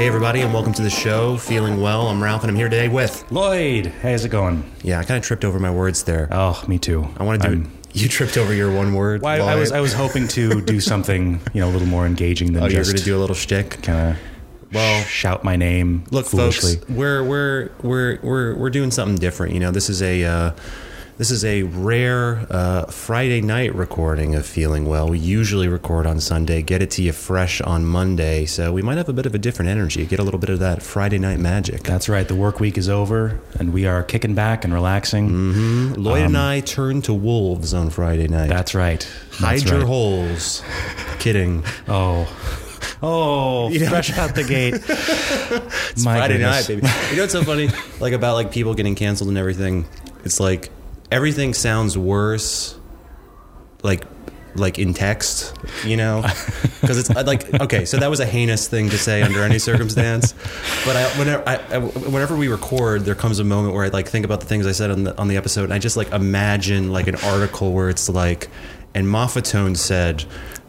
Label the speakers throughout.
Speaker 1: everybody, and welcome to the show. Feeling well. I'm Ralph, and I'm here today with.
Speaker 2: Lloyd, how's it going?
Speaker 1: Yeah, I kind of tripped over my words there.
Speaker 2: Oh, me too.
Speaker 1: I want to do.
Speaker 2: I'm-
Speaker 1: it. You tripped over your one word.
Speaker 2: Well, I, I
Speaker 1: Lloyd.
Speaker 2: was I was hoping to do something you know a little more engaging than
Speaker 1: Oh, you're
Speaker 2: just
Speaker 1: going to do a little shtick.
Speaker 2: kind of
Speaker 1: Well,
Speaker 2: shout my name.
Speaker 1: Look,
Speaker 2: foolishly.
Speaker 1: folks, we're we're we're we're we're doing something different. You know, this is a uh, this is a rare uh, Friday night recording of Feeling Well. We usually record on Sunday, get it to you fresh on Monday. So we might have a bit of a different energy, get a little bit of that Friday night magic.
Speaker 2: That's right. The work week is over, and we are kicking back and relaxing.
Speaker 1: Lloyd and I turn to wolves on Friday night.
Speaker 2: That's right.
Speaker 1: Hide
Speaker 2: That's
Speaker 1: your
Speaker 2: right.
Speaker 1: holes. Kidding.
Speaker 2: Oh, oh, fresh out the gate. it's my
Speaker 1: Friday
Speaker 2: goodness.
Speaker 1: night, baby. You know what's so funny? like about like people getting canceled and everything. It's like everything sounds worse, like like in text, you know, because it's I'd like okay. So that was a heinous thing to say under any circumstance. But I, whenever I, I- whenever we record, there comes a moment where I like think about the things I said on the on the episode, and I just like imagine like an article where it's like, and Moffatone said.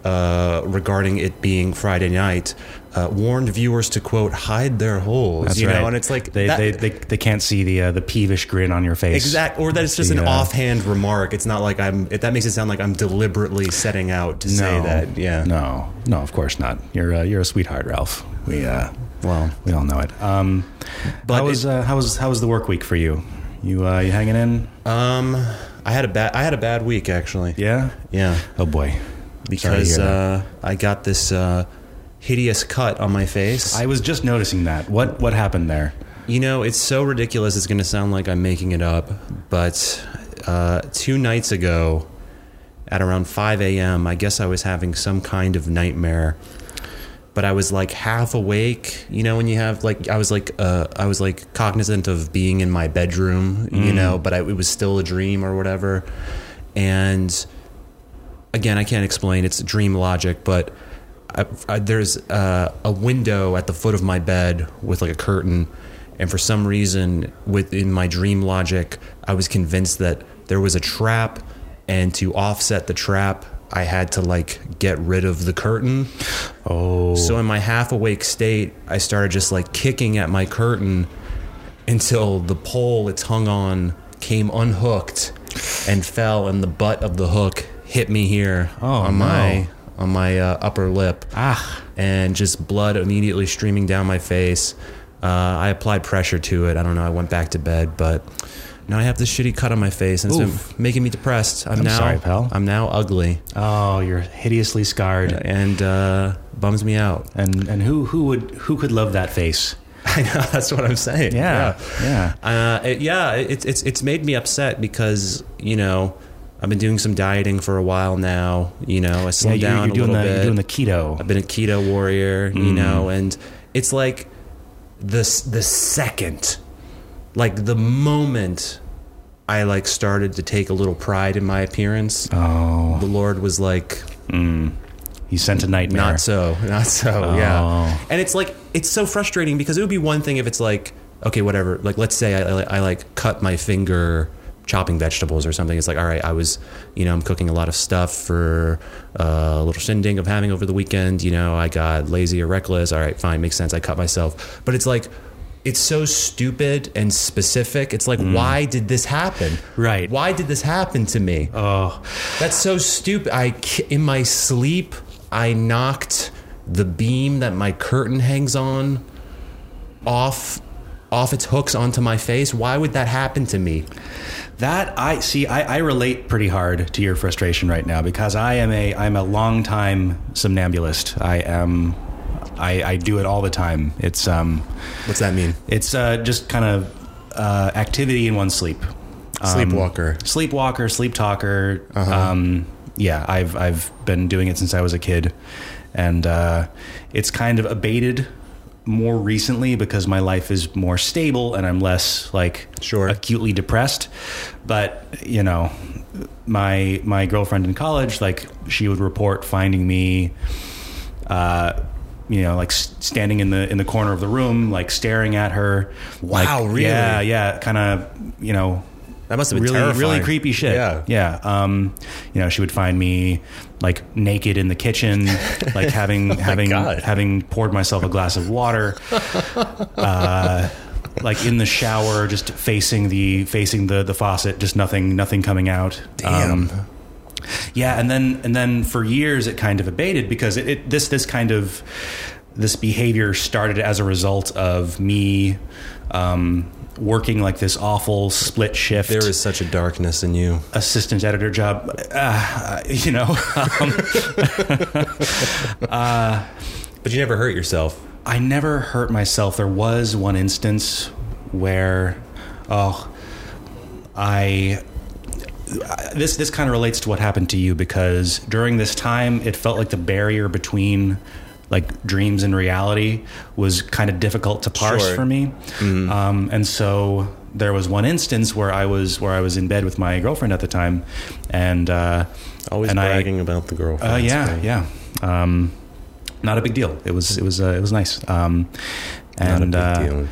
Speaker 1: Uh, regarding it being Friday night, uh, warned viewers to quote hide their holes.
Speaker 2: That's
Speaker 1: you
Speaker 2: right.
Speaker 1: know, and it's like
Speaker 2: they,
Speaker 1: that-
Speaker 2: they, they they can't see the uh, the peevish grin on your face.
Speaker 1: Exact, or that it's just an
Speaker 2: the, uh,
Speaker 1: offhand remark. It's not like I'm. It, that makes it sound like I'm deliberately setting out to say that. Yeah.
Speaker 2: No, no, of course not. You're uh, you're a sweetheart, Ralph. We uh,
Speaker 1: Well,
Speaker 2: we all know it. Um,
Speaker 1: But
Speaker 2: how was uh, how was how was the work week for you? You uh, you hanging in?
Speaker 1: um, I had a bad. I had a bad week actually.
Speaker 2: Yeah.
Speaker 1: Yeah.
Speaker 2: Oh boy. Sorry to
Speaker 1: Because
Speaker 2: hear that.
Speaker 1: uh, I got this uh, hideous cut on my face.
Speaker 2: I was just noticing that. What what happened there?
Speaker 1: You know, it's so ridiculous. It's going to sound like I'm making it up, but uh, two nights ago, at around 5 a.m., I guess I was having some kind of nightmare. But I was like half awake. You know, when you have like, I was like, uh, I was like cognizant of being in my bedroom. You know, but I, it was still a dream or whatever. And again, I can't explain. It's dream logic, but I, I, there's uh, a window at the foot of my bed with like a curtain, and for some reason, within my dream logic, I was convinced that there was a trap, and to offset the trap, I had to like get rid of the curtain.
Speaker 2: Oh,
Speaker 1: So in my half awake state, I started just like kicking at my curtain until the pole it's hung on came unhooked and fell, and the butt of the hook hit me here on my on my uh, upper lip.
Speaker 2: Oh, Ah.
Speaker 1: and just blood immediately streaming down my face. Uh, I applied pressure to it. I don't know. I went back to bed, but now I have this shitty cut on my face, and it's
Speaker 2: Oof.
Speaker 1: been making me depressed. I'm,
Speaker 2: I'm
Speaker 1: now
Speaker 2: sorry, pal.
Speaker 1: I'm now ugly,
Speaker 2: oh, you're hideously scarred.
Speaker 1: and uh, bums me out.
Speaker 2: And and who who would who could love that face?
Speaker 1: I know that's what I'm saying.
Speaker 2: yeah. yeah.
Speaker 1: yeah. Uh, it, yeah. It's it's it's made me upset because you know I've been doing some dieting for a while now. You know, I slowed
Speaker 2: you're,
Speaker 1: down
Speaker 2: you're doing
Speaker 1: a little
Speaker 2: the
Speaker 1: bit.
Speaker 2: you're doing the Mm. keto.
Speaker 1: I've been a keto warrior, you know, and it's like the s- the second, like the moment I like started to take a little pride in my appearance,
Speaker 2: oh,
Speaker 1: the Lord was like,
Speaker 2: you sent a nightmare.
Speaker 1: not so. Not so. Yeah.
Speaker 2: Oh.
Speaker 1: And it's like it's so frustrating because it would be one thing if it's like okay, whatever. Like let's say I, I, I like cut my finger chopping vegetables or something. It's like all right, I was you know I'm cooking a lot of stuff for uh, a little shindig of having over the weekend. You know I got lazy or reckless. All right, fine, makes sense. I cut myself. But it's like. It's so stupid and specific. It's like,
Speaker 2: Mm.
Speaker 1: why did this happen?
Speaker 2: Right.
Speaker 1: Why did this happen to me?
Speaker 2: Oh,
Speaker 1: That's so stupid. I ki- in my sleep I knocked the beam that my curtain hangs on off off its hooks onto my face. Why would that happen to me?
Speaker 2: That I see, I, I relate pretty hard to your frustration right now because I am a I'm a long time somnambulist. I am I, I do it all the time. It's um
Speaker 1: What's that mean?
Speaker 2: it's uh, just kind of uh, activity in one's sleep.
Speaker 1: Sleepwalker.
Speaker 2: Um,
Speaker 1: Uh-huh.
Speaker 2: Sleepwalker, sleep talker. Um, yeah, I've I've been doing it since I was a kid, and uh, it's kind of abated more recently because my life is more stable and I'm less like
Speaker 1: Sure.
Speaker 2: acutely depressed. But you know, my my girlfriend in college, like she would report finding me uh, you know, like s- standing in the in the corner of the room, like staring at her.
Speaker 1: Wow,
Speaker 2: Like,
Speaker 1: really?
Speaker 2: Yeah, yeah. Kind of, you know,
Speaker 1: That must have been
Speaker 2: really really
Speaker 1: terrifying.
Speaker 2: creepy shit.
Speaker 1: Yeah.
Speaker 2: yeah. Um, you know, she would find me like naked in the kitchen, like having having
Speaker 1: Oh God.
Speaker 2: having poured myself a glass of water, uh, like in the shower, just facing the facing the the faucet, just nothing nothing coming out. Um, yeah, and then and then for years it kind of abated because it, it this this kind of this behavior started as a result of me um, working like this awful split shift
Speaker 1: there is such a darkness in you.
Speaker 2: assistant editor job, uh, you know. Um,
Speaker 1: But you never hurt yourself.
Speaker 2: I never hurt myself. There was one instance where, oh, I. This this kind of relates to what happened to you because during this time it felt like the barrier between like dreams and reality was kind of difficult to parse
Speaker 1: Sure. Mm-hmm.
Speaker 2: for me, um, and so there was one instance where I was where I was in bed with my girlfriend at the time, and uh,
Speaker 1: Always
Speaker 2: and I-
Speaker 1: bragging about the girlfriend.
Speaker 2: uh, yeah, yeah. Um, not a big deal. It was it was uh, it was nice. Um,
Speaker 1: Not
Speaker 2: and
Speaker 1: a
Speaker 2: uh,
Speaker 1: big deal.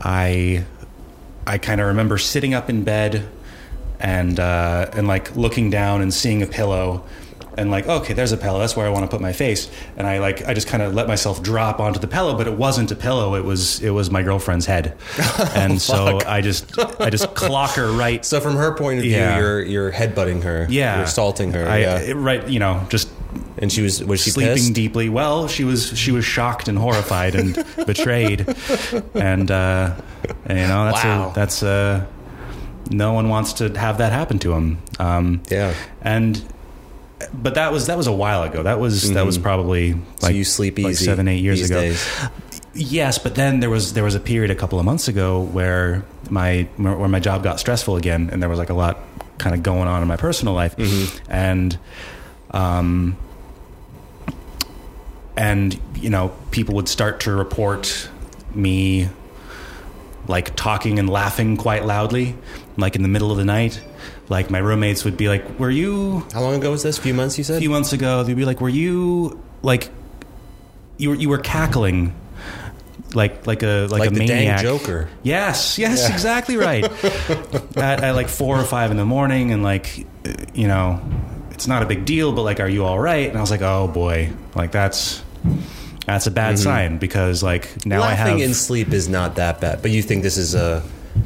Speaker 2: I I kind of remember sitting up in bed and uh, and like looking down and seeing a pillow and like okay there's a pillow that's where I want to put my face and I like I just kind of let myself drop onto the pillow but it wasn't a pillow it was it was my girlfriend's head and so I just I just clock her right
Speaker 1: Oh, So from her point of view,
Speaker 2: Yeah.
Speaker 1: you're you're headbutting her.
Speaker 2: yeah
Speaker 1: You're assaulting her.
Speaker 2: I,
Speaker 1: yeah.
Speaker 2: right you know just
Speaker 1: And she was was she
Speaker 2: sleeping
Speaker 1: pissed?
Speaker 2: deeply. Well, she was she was shocked and horrified and betrayed, and uh, and, you know that's
Speaker 1: Wow.
Speaker 2: a, that's a, no one wants to have that happen to him. Um,
Speaker 1: Yeah.
Speaker 2: and but that was that was a while ago. That was that was probably like
Speaker 1: Mm-hmm. so you sleep easy.
Speaker 2: like seven eight years
Speaker 1: these
Speaker 2: ago.
Speaker 1: days.
Speaker 2: Yes, but then there was there was a period a couple of months ago where my where my job got stressful again, and there was like a lot kind of going on in my personal life,
Speaker 1: Mm-hmm.
Speaker 2: and um, and you know people would start to report me like talking and laughing quite loudly, like in the middle of the night. Like my roommates would be like, "Were you
Speaker 1: How long ago was this? A few months, you said?
Speaker 2: a few months ago, they'd be like, "Were you like you were you were cackling like like a like,
Speaker 1: like
Speaker 2: a
Speaker 1: the
Speaker 2: maniac?"
Speaker 1: dang Joker.
Speaker 2: Yes, yes, exactly right. at, at like four or five in the morning, and like uh, you know, it's not a big deal, but like, are you all right? And I was like, oh boy, like that's that's a bad sign because like now I
Speaker 1: Mm-hmm. Laughing
Speaker 2: have
Speaker 1: in sleep is not that bad, but you think this is a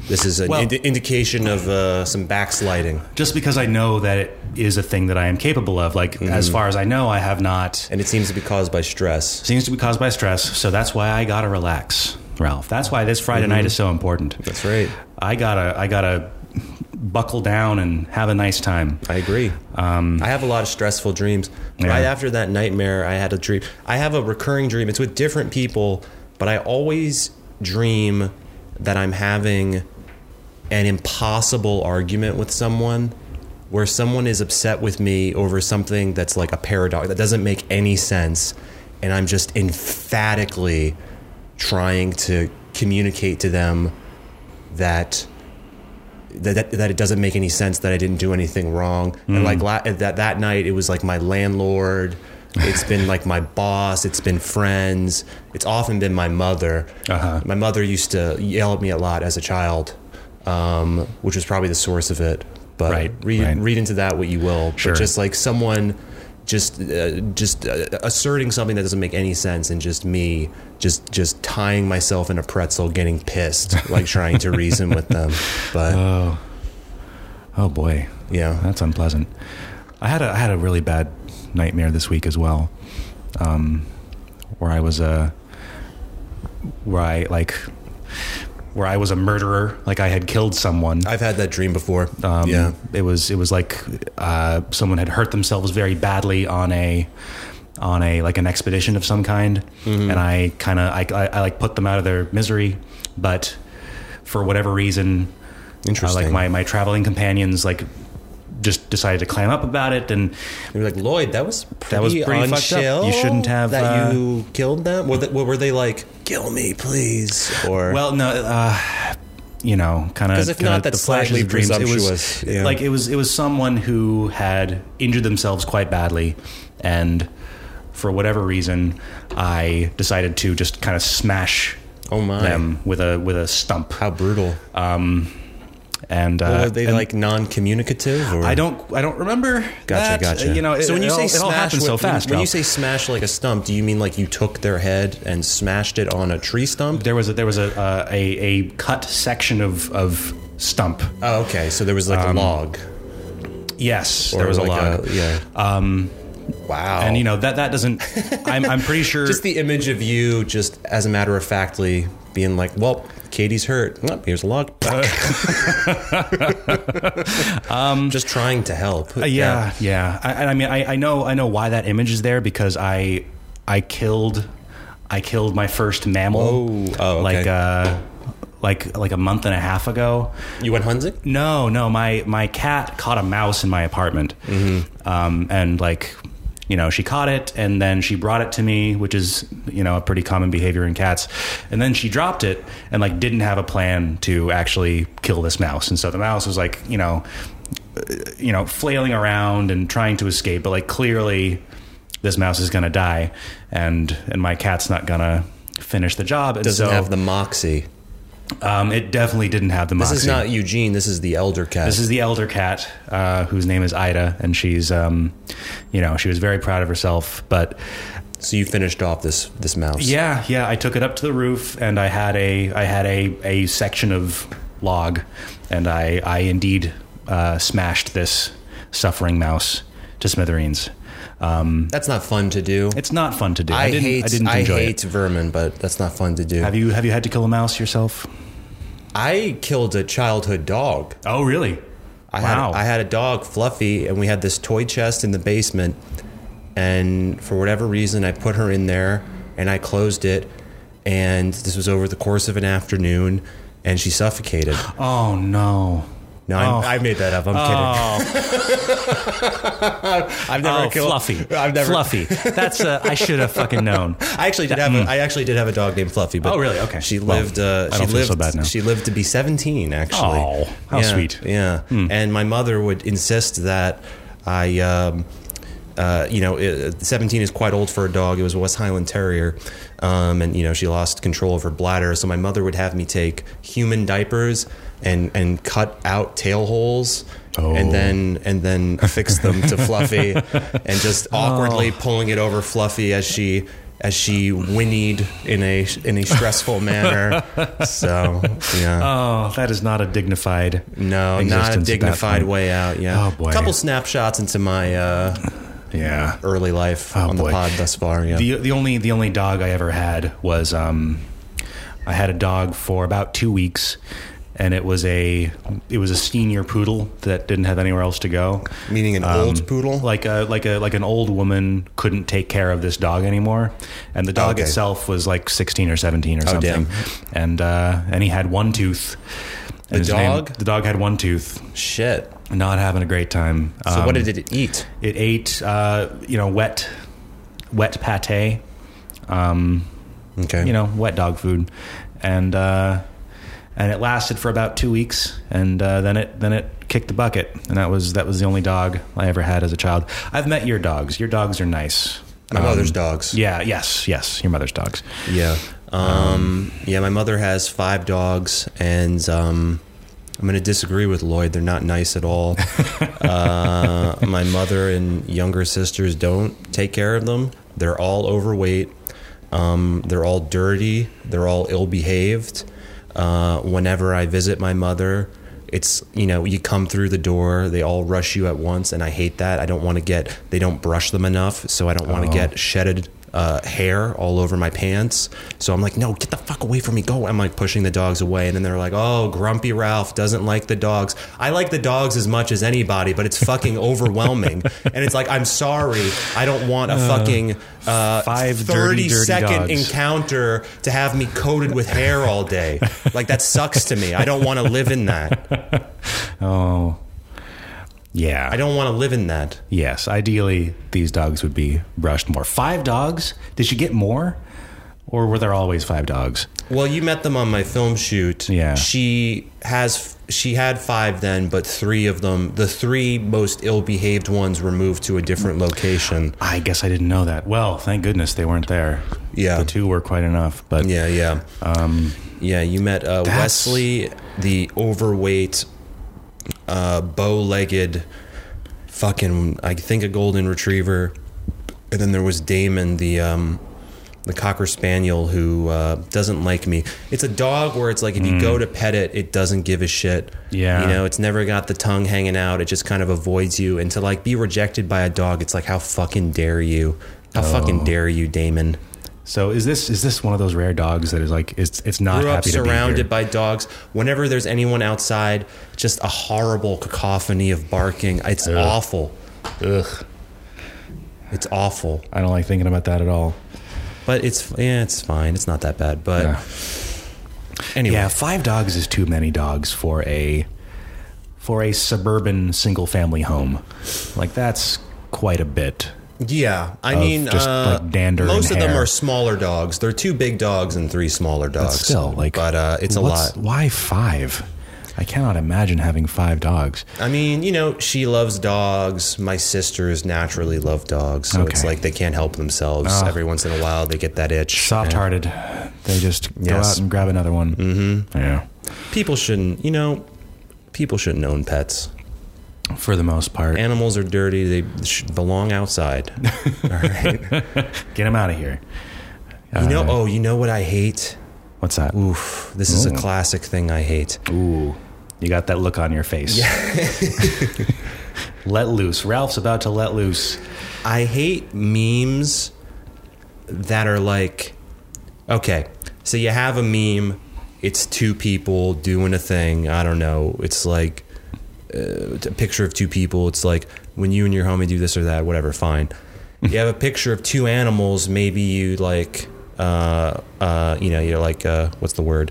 Speaker 1: this is an
Speaker 2: Well-
Speaker 1: indi- indication of uh, some backsliding,
Speaker 2: just because I know that it is a thing that I am capable of. Like
Speaker 1: Mm-hmm.
Speaker 2: as far as I know, I have not
Speaker 1: and it seems to be caused by stress.
Speaker 2: seems to be caused by stress. So that's why I gotta relax, Ralph. That's why this Friday night is so important.
Speaker 1: Mm-hmm. That's right.
Speaker 2: I gotta I gotta buckle down and have a nice time.
Speaker 1: I agree. I have a lot of stressful dreams.
Speaker 2: Yeah.
Speaker 1: Right after that nightmare, I had a dream. I have a recurring dream. It's with different people, but I always dream that I'm having an impossible argument with someone where someone is upset with me over something that's like a paradox that doesn't make any sense. And I'm just emphatically trying to communicate to them that that, that, that it doesn't make any sense that I didn't do anything wrong.
Speaker 2: Mm.
Speaker 1: And like la- that that night, it was like my landlord. It's been like my boss. It's been friends. It's often been my mother.
Speaker 2: Uh-huh.
Speaker 1: My mother used to yell at me a lot as a child, um, which was probably the source of it. But
Speaker 2: Right,
Speaker 1: read
Speaker 2: right.
Speaker 1: read into that what you will.
Speaker 2: Sure.
Speaker 1: But just like someone just uh, just uh, asserting something that doesn't make any sense and just me just just tying myself in a pretzel getting pissed like trying to reason with them but
Speaker 2: Oh, oh boy,
Speaker 1: yeah.
Speaker 2: that's unpleasant. I had a I had a really bad nightmare this week as well, um, where I was a where I like where I was a murderer, like I had killed someone.
Speaker 1: I've had that dream before.
Speaker 2: Um,
Speaker 1: yeah.
Speaker 2: it was it was like uh, someone had hurt themselves very badly on a on a like an expedition of some kind,
Speaker 1: Mm-hmm.
Speaker 2: and I kind of I, I, I like put them out of their misery, but for whatever reason, uh,
Speaker 1: Interesting.
Speaker 2: like my my traveling companions like just decided to clam up about it, and
Speaker 1: You're like, Lloyd, that was pretty
Speaker 2: was pretty
Speaker 1: on
Speaker 2: fucked up.
Speaker 1: chill
Speaker 2: You shouldn't have,
Speaker 1: That
Speaker 2: uh,
Speaker 1: you killed them? Were they, were they like, kill me, please? Or.
Speaker 2: well, no. Uh, you know, kind of
Speaker 1: 'Cause if not, that's slightly presumptuous,
Speaker 2: It was
Speaker 1: yeah.
Speaker 2: like it was it was someone who had injured themselves quite badly, and for whatever reason, I decided to just kind of smash
Speaker 1: oh my.
Speaker 2: them with a with a stump.
Speaker 1: How brutal.
Speaker 2: Um, And uh,
Speaker 1: Well, are they
Speaker 2: and
Speaker 1: like non-communicative? Or?
Speaker 2: I don't I don't remember.
Speaker 1: Gotcha,
Speaker 2: that. uh,
Speaker 1: gotcha.
Speaker 2: You know, it,
Speaker 1: so when you
Speaker 2: it
Speaker 1: say
Speaker 2: all,
Speaker 1: smash,
Speaker 2: it all happened
Speaker 1: when,
Speaker 2: so fast.
Speaker 1: When, you
Speaker 2: Ralph.
Speaker 1: say smash like a stump, do you mean like you took their head and smashed it on a tree stump?
Speaker 2: there was a, there was a, uh, a a cut section of of stump.
Speaker 1: Oh, okay. So there was like a log.
Speaker 2: Yes,
Speaker 1: Or
Speaker 2: Um, there was
Speaker 1: like
Speaker 2: a log.
Speaker 1: yeah.
Speaker 2: um,
Speaker 1: wow.
Speaker 2: and you know that that doesn't. I'm I'm pretty sure.
Speaker 1: Oh. just the image of you, just as a matter of factly, being like, "Well, Katie's hurt. Well, here's a log." um, just trying to help.
Speaker 2: Uh, yeah, yeah. I, I mean, I, I know, I know why that image is there because I, I killed, I killed my first mammal.
Speaker 1: Whoa. Oh, okay.
Speaker 2: like uh, like like a month and a half ago.
Speaker 1: You went hunting?
Speaker 2: No, no. My my cat caught a mouse in my apartment,
Speaker 1: Mm-hmm.
Speaker 2: um, and like, you know, she caught it and then she brought it to me, which is you know a pretty common behavior in cats. And then she dropped it and like didn't have a plan to actually kill this mouse, and so the mouse was like, you know, uh, you know, flailing around and trying to escape, but like clearly, this mouse is gonna die, and and my cat's not gonna finish the job. And
Speaker 1: Doesn't
Speaker 2: so
Speaker 1: have the moxie.
Speaker 2: um, it definitely didn't have the
Speaker 1: This
Speaker 2: moxie.
Speaker 1: is not Eugene. This is the elder cat.
Speaker 2: This is the elder cat, uh, whose name is Ida, and she's, um, you know, she was very proud of herself. But
Speaker 1: so you finished off this this mouse.
Speaker 2: yeah, yeah, I took it up to the roof, and I had a, I had a, a section of log, and I, I indeed uh, smashed this suffering mouse to smithereens. Um,
Speaker 1: That's not fun to do.
Speaker 2: it's not fun to do.
Speaker 1: I,
Speaker 2: I, didn't,
Speaker 1: hate.
Speaker 2: I didn't enjoy
Speaker 1: hate
Speaker 2: it.
Speaker 1: vermin, but that's not fun to do.
Speaker 2: Have you, have you had to kill a mouse yourself?
Speaker 1: I killed a childhood dog.
Speaker 2: Oh, really?
Speaker 1: I
Speaker 2: Wow.
Speaker 1: had I had a dog, Fluffy, and we had this toy chest in the basement. And for whatever reason, I put her in there and I closed it. And this was over the course of an afternoon, and she suffocated.
Speaker 2: Oh no.
Speaker 1: No,
Speaker 2: Oh.
Speaker 1: I, I made that up. I'm kidding.
Speaker 2: Oh.
Speaker 1: I've never
Speaker 2: oh,
Speaker 1: killed
Speaker 2: Fluffy.
Speaker 1: I've never.
Speaker 2: Fluffy. That's a, I should have fucking known.
Speaker 1: I actually did have a, I actually did have a dog named Fluffy. But
Speaker 2: Oh, really? Okay.
Speaker 1: She
Speaker 2: Well,
Speaker 1: lived.
Speaker 2: Hmm. I
Speaker 1: uh,
Speaker 2: don't
Speaker 1: she
Speaker 2: feel
Speaker 1: lived.
Speaker 2: so bad now.
Speaker 1: She lived to be 17. Actually.
Speaker 2: Oh, how
Speaker 1: Yeah,
Speaker 2: sweet. Hmm.
Speaker 1: Yeah. And my mother would insist that I. Um, uh, you know, it, 17 is quite old for a dog. It was a West Highland Terrier. Um, and, you know, she lost control of her bladder. So my mother would have me take human diapers and, and cut out tail holes.
Speaker 2: Oh.
Speaker 1: And then and then affix them to Fluffy, and just
Speaker 2: Oh.
Speaker 1: awkwardly pulling it over Fluffy as she as she whinnied in a in a stressful manner. So yeah,
Speaker 2: Oh, that is not a dignified.
Speaker 1: no,
Speaker 2: existence
Speaker 1: not
Speaker 2: at
Speaker 1: a
Speaker 2: that
Speaker 1: dignified
Speaker 2: point.
Speaker 1: way out. Yeah,
Speaker 2: Oh, boy.
Speaker 1: couple snapshots into my uh,
Speaker 2: Yeah.
Speaker 1: early life
Speaker 2: Oh,
Speaker 1: on the
Speaker 2: boy.
Speaker 1: pod thus far. Yeah,
Speaker 2: The the only the only dog I ever had was um, I had a dog for about two weeks, and it was a it was a senior poodle that didn't have anywhere else to go.
Speaker 1: meaning an
Speaker 2: Um,
Speaker 1: old poodle.
Speaker 2: Like a like a like an old woman couldn't take care of this dog anymore, and the dog
Speaker 1: Okay. Oh,
Speaker 2: itself was like sixteen or seventeen or something,
Speaker 1: damn.
Speaker 2: and uh, and he had one tooth. The
Speaker 1: dog?
Speaker 2: the dog had one tooth.
Speaker 1: Shit.
Speaker 2: Not having a great time.
Speaker 1: So
Speaker 2: Um,
Speaker 1: what did it eat?
Speaker 2: It ate, uh, you know, wet, wet pate,
Speaker 1: Okay,
Speaker 2: you know, wet dog food, and uh, and it lasted for about two weeks, and uh, then it then it kicked the bucket, and that was that was the only dog I ever had as a child. I've met your dogs. Your dogs are nice.
Speaker 1: my mother's dogs.
Speaker 2: Yeah. Yes. Yes. Your mother's dogs.
Speaker 1: Yeah. Um, yeah, my mother has five dogs, and um, I'm going to disagree with Lloyd. They're not nice at all. uh, my mother and younger sisters don't take care of them. They're all overweight. Um, they're all dirty. They're all ill behaved. Uh, whenever I visit my mother, it's you know you come um, through the door they all rush you at once and i hate that i don't want to get they don't brush them enough so i don't
Speaker 2: Oh.
Speaker 1: want to get shedded uh, hair all over my pants so i'm like no get the fuck away from me go i'm like pushing the dogs away and then they're like oh grumpy ralph doesn't like the dogs i like the dogs as much as anybody but it's fucking overwhelming and it's like i'm sorry i don't want a fucking uh,
Speaker 2: five
Speaker 1: 30
Speaker 2: dirty, dirty
Speaker 1: second
Speaker 2: dogs.
Speaker 1: encounter counter to have me coated with hair all day. Like that sucks to me. I don't want to live in that.
Speaker 2: Oh. Yeah.
Speaker 1: I don't want to live in that.
Speaker 2: Yes, ideally these dogs would be brushed more. Five dogs? Did you get more? Or were there always five dogs?
Speaker 1: Well, you met them on my film shoot.
Speaker 2: Yeah.
Speaker 1: She has she had 5 then, but 3 of them, the 3 most ill-behaved ones were moved to a different location.
Speaker 2: I guess I didn't know that. Well, thank goodness they weren't there.
Speaker 1: Yeah.
Speaker 2: The two were quite enough, but
Speaker 1: Yeah, yeah. Um, yeah, you met uh, Wesley, the overweight uh, bow-legged fucking I think a golden retriever, and then there was Damon the um, the cocker spaniel who uh, doesn't like me. It's a dog where it's like if you go to pet it, it doesn't give a shit.
Speaker 2: Yeah.
Speaker 1: you know, it's never got the tongue hanging out. It just kind of avoids you. And to like be rejected by a dog, it's like how fucking dare you? How fucking dare you, Damon?
Speaker 2: So is this is this one of those rare dogs that is like it's it's not
Speaker 1: grew up
Speaker 2: happy to be
Speaker 1: surrounded
Speaker 2: here?
Speaker 1: by dogs. Whenever there's anyone outside, just a horrible cacophony of barking. It's awful. Ugh. It's awful.
Speaker 2: I don't like thinking about that at all.
Speaker 1: But it's yeah, it's fine. It's not that bad. But
Speaker 2: Yeah.
Speaker 1: anyway,
Speaker 2: Yeah, five dogs is too many dogs for a for a suburban single family home. Like that's quite a bit.
Speaker 1: yeah. I
Speaker 2: Of
Speaker 1: mean,
Speaker 2: just,
Speaker 1: uh,
Speaker 2: like, dander and
Speaker 1: most of them
Speaker 2: hair.
Speaker 1: are smaller dogs. There are two big dogs and three smaller dogs.
Speaker 2: Still, like,
Speaker 1: but uh, it's a lot.
Speaker 2: what's- Why five? I cannot imagine having five dogs.
Speaker 1: I mean, you know, she loves dogs. My sisters naturally love dogs, so Oh, it's
Speaker 2: Okay.
Speaker 1: like they can't help themselves. Every once in a while, they get that itch.
Speaker 2: Soft hearted. They just go
Speaker 1: Yes.
Speaker 2: out and grab another one. Mm-hmm. Yeah.
Speaker 1: people shouldn't you know people shouldn't own pets
Speaker 2: For the most part.
Speaker 1: animals are dirty they should belong outside all right
Speaker 2: Get them out of here.
Speaker 1: you know oh you know what i hate
Speaker 2: What's that?
Speaker 1: oof this is a
Speaker 2: Ooh.
Speaker 1: classic thing i hate
Speaker 2: Ooh, you got that look on your face. let loose. Ralph's about to let loose.
Speaker 1: i hate memes that are like okay so you have a meme it's two people doing a thing i don't know it's like uh, a picture of two people. It's like when you and your homie do this or that, whatever, fine. you have a picture of two animals, maybe you like, uh, uh, you know, you're like, uh, what's the word?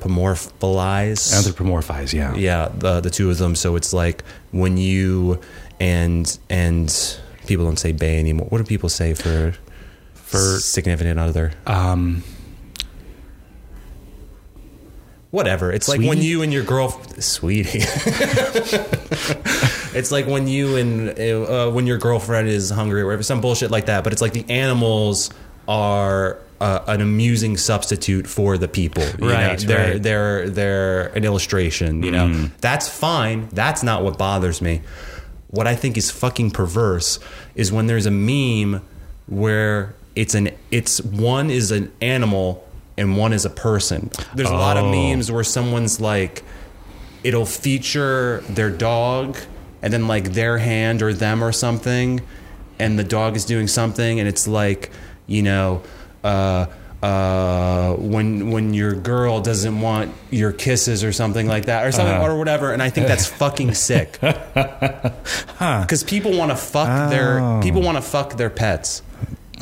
Speaker 1: Anthropomorphalize.
Speaker 2: Anthropomorphize, yeah.
Speaker 1: yeah, the, the two of them. So it's like when you and, and people don't say bay anymore. What do people say for, for significant other?
Speaker 2: Um,
Speaker 1: whatever. It's like when
Speaker 2: Sweetie?
Speaker 1: you and your girl, sweetie. it's like when you and uh, when your girlfriend is hungry or whatever, some bullshit like that. But it's like the animals are. Uh, an amusing substitute for the people, you know?
Speaker 2: Right,
Speaker 1: They're
Speaker 2: right. Mm-hmm.
Speaker 1: they're they're an illustration, you know. That's fine. That's not what bothers me. What I think is fucking perverse is when there's a meme where it's an it's one is an animal and one is a person. There's a lot of
Speaker 2: Oh.
Speaker 1: memes where someone's like it'll feature their dog and then like their hand or them or something and the dog is doing something and it's like you know uh uh when when your girl doesn't want your kisses or something like that or something or whatever and i think that's fucking sick because people want to fuck their people want to fuck their pets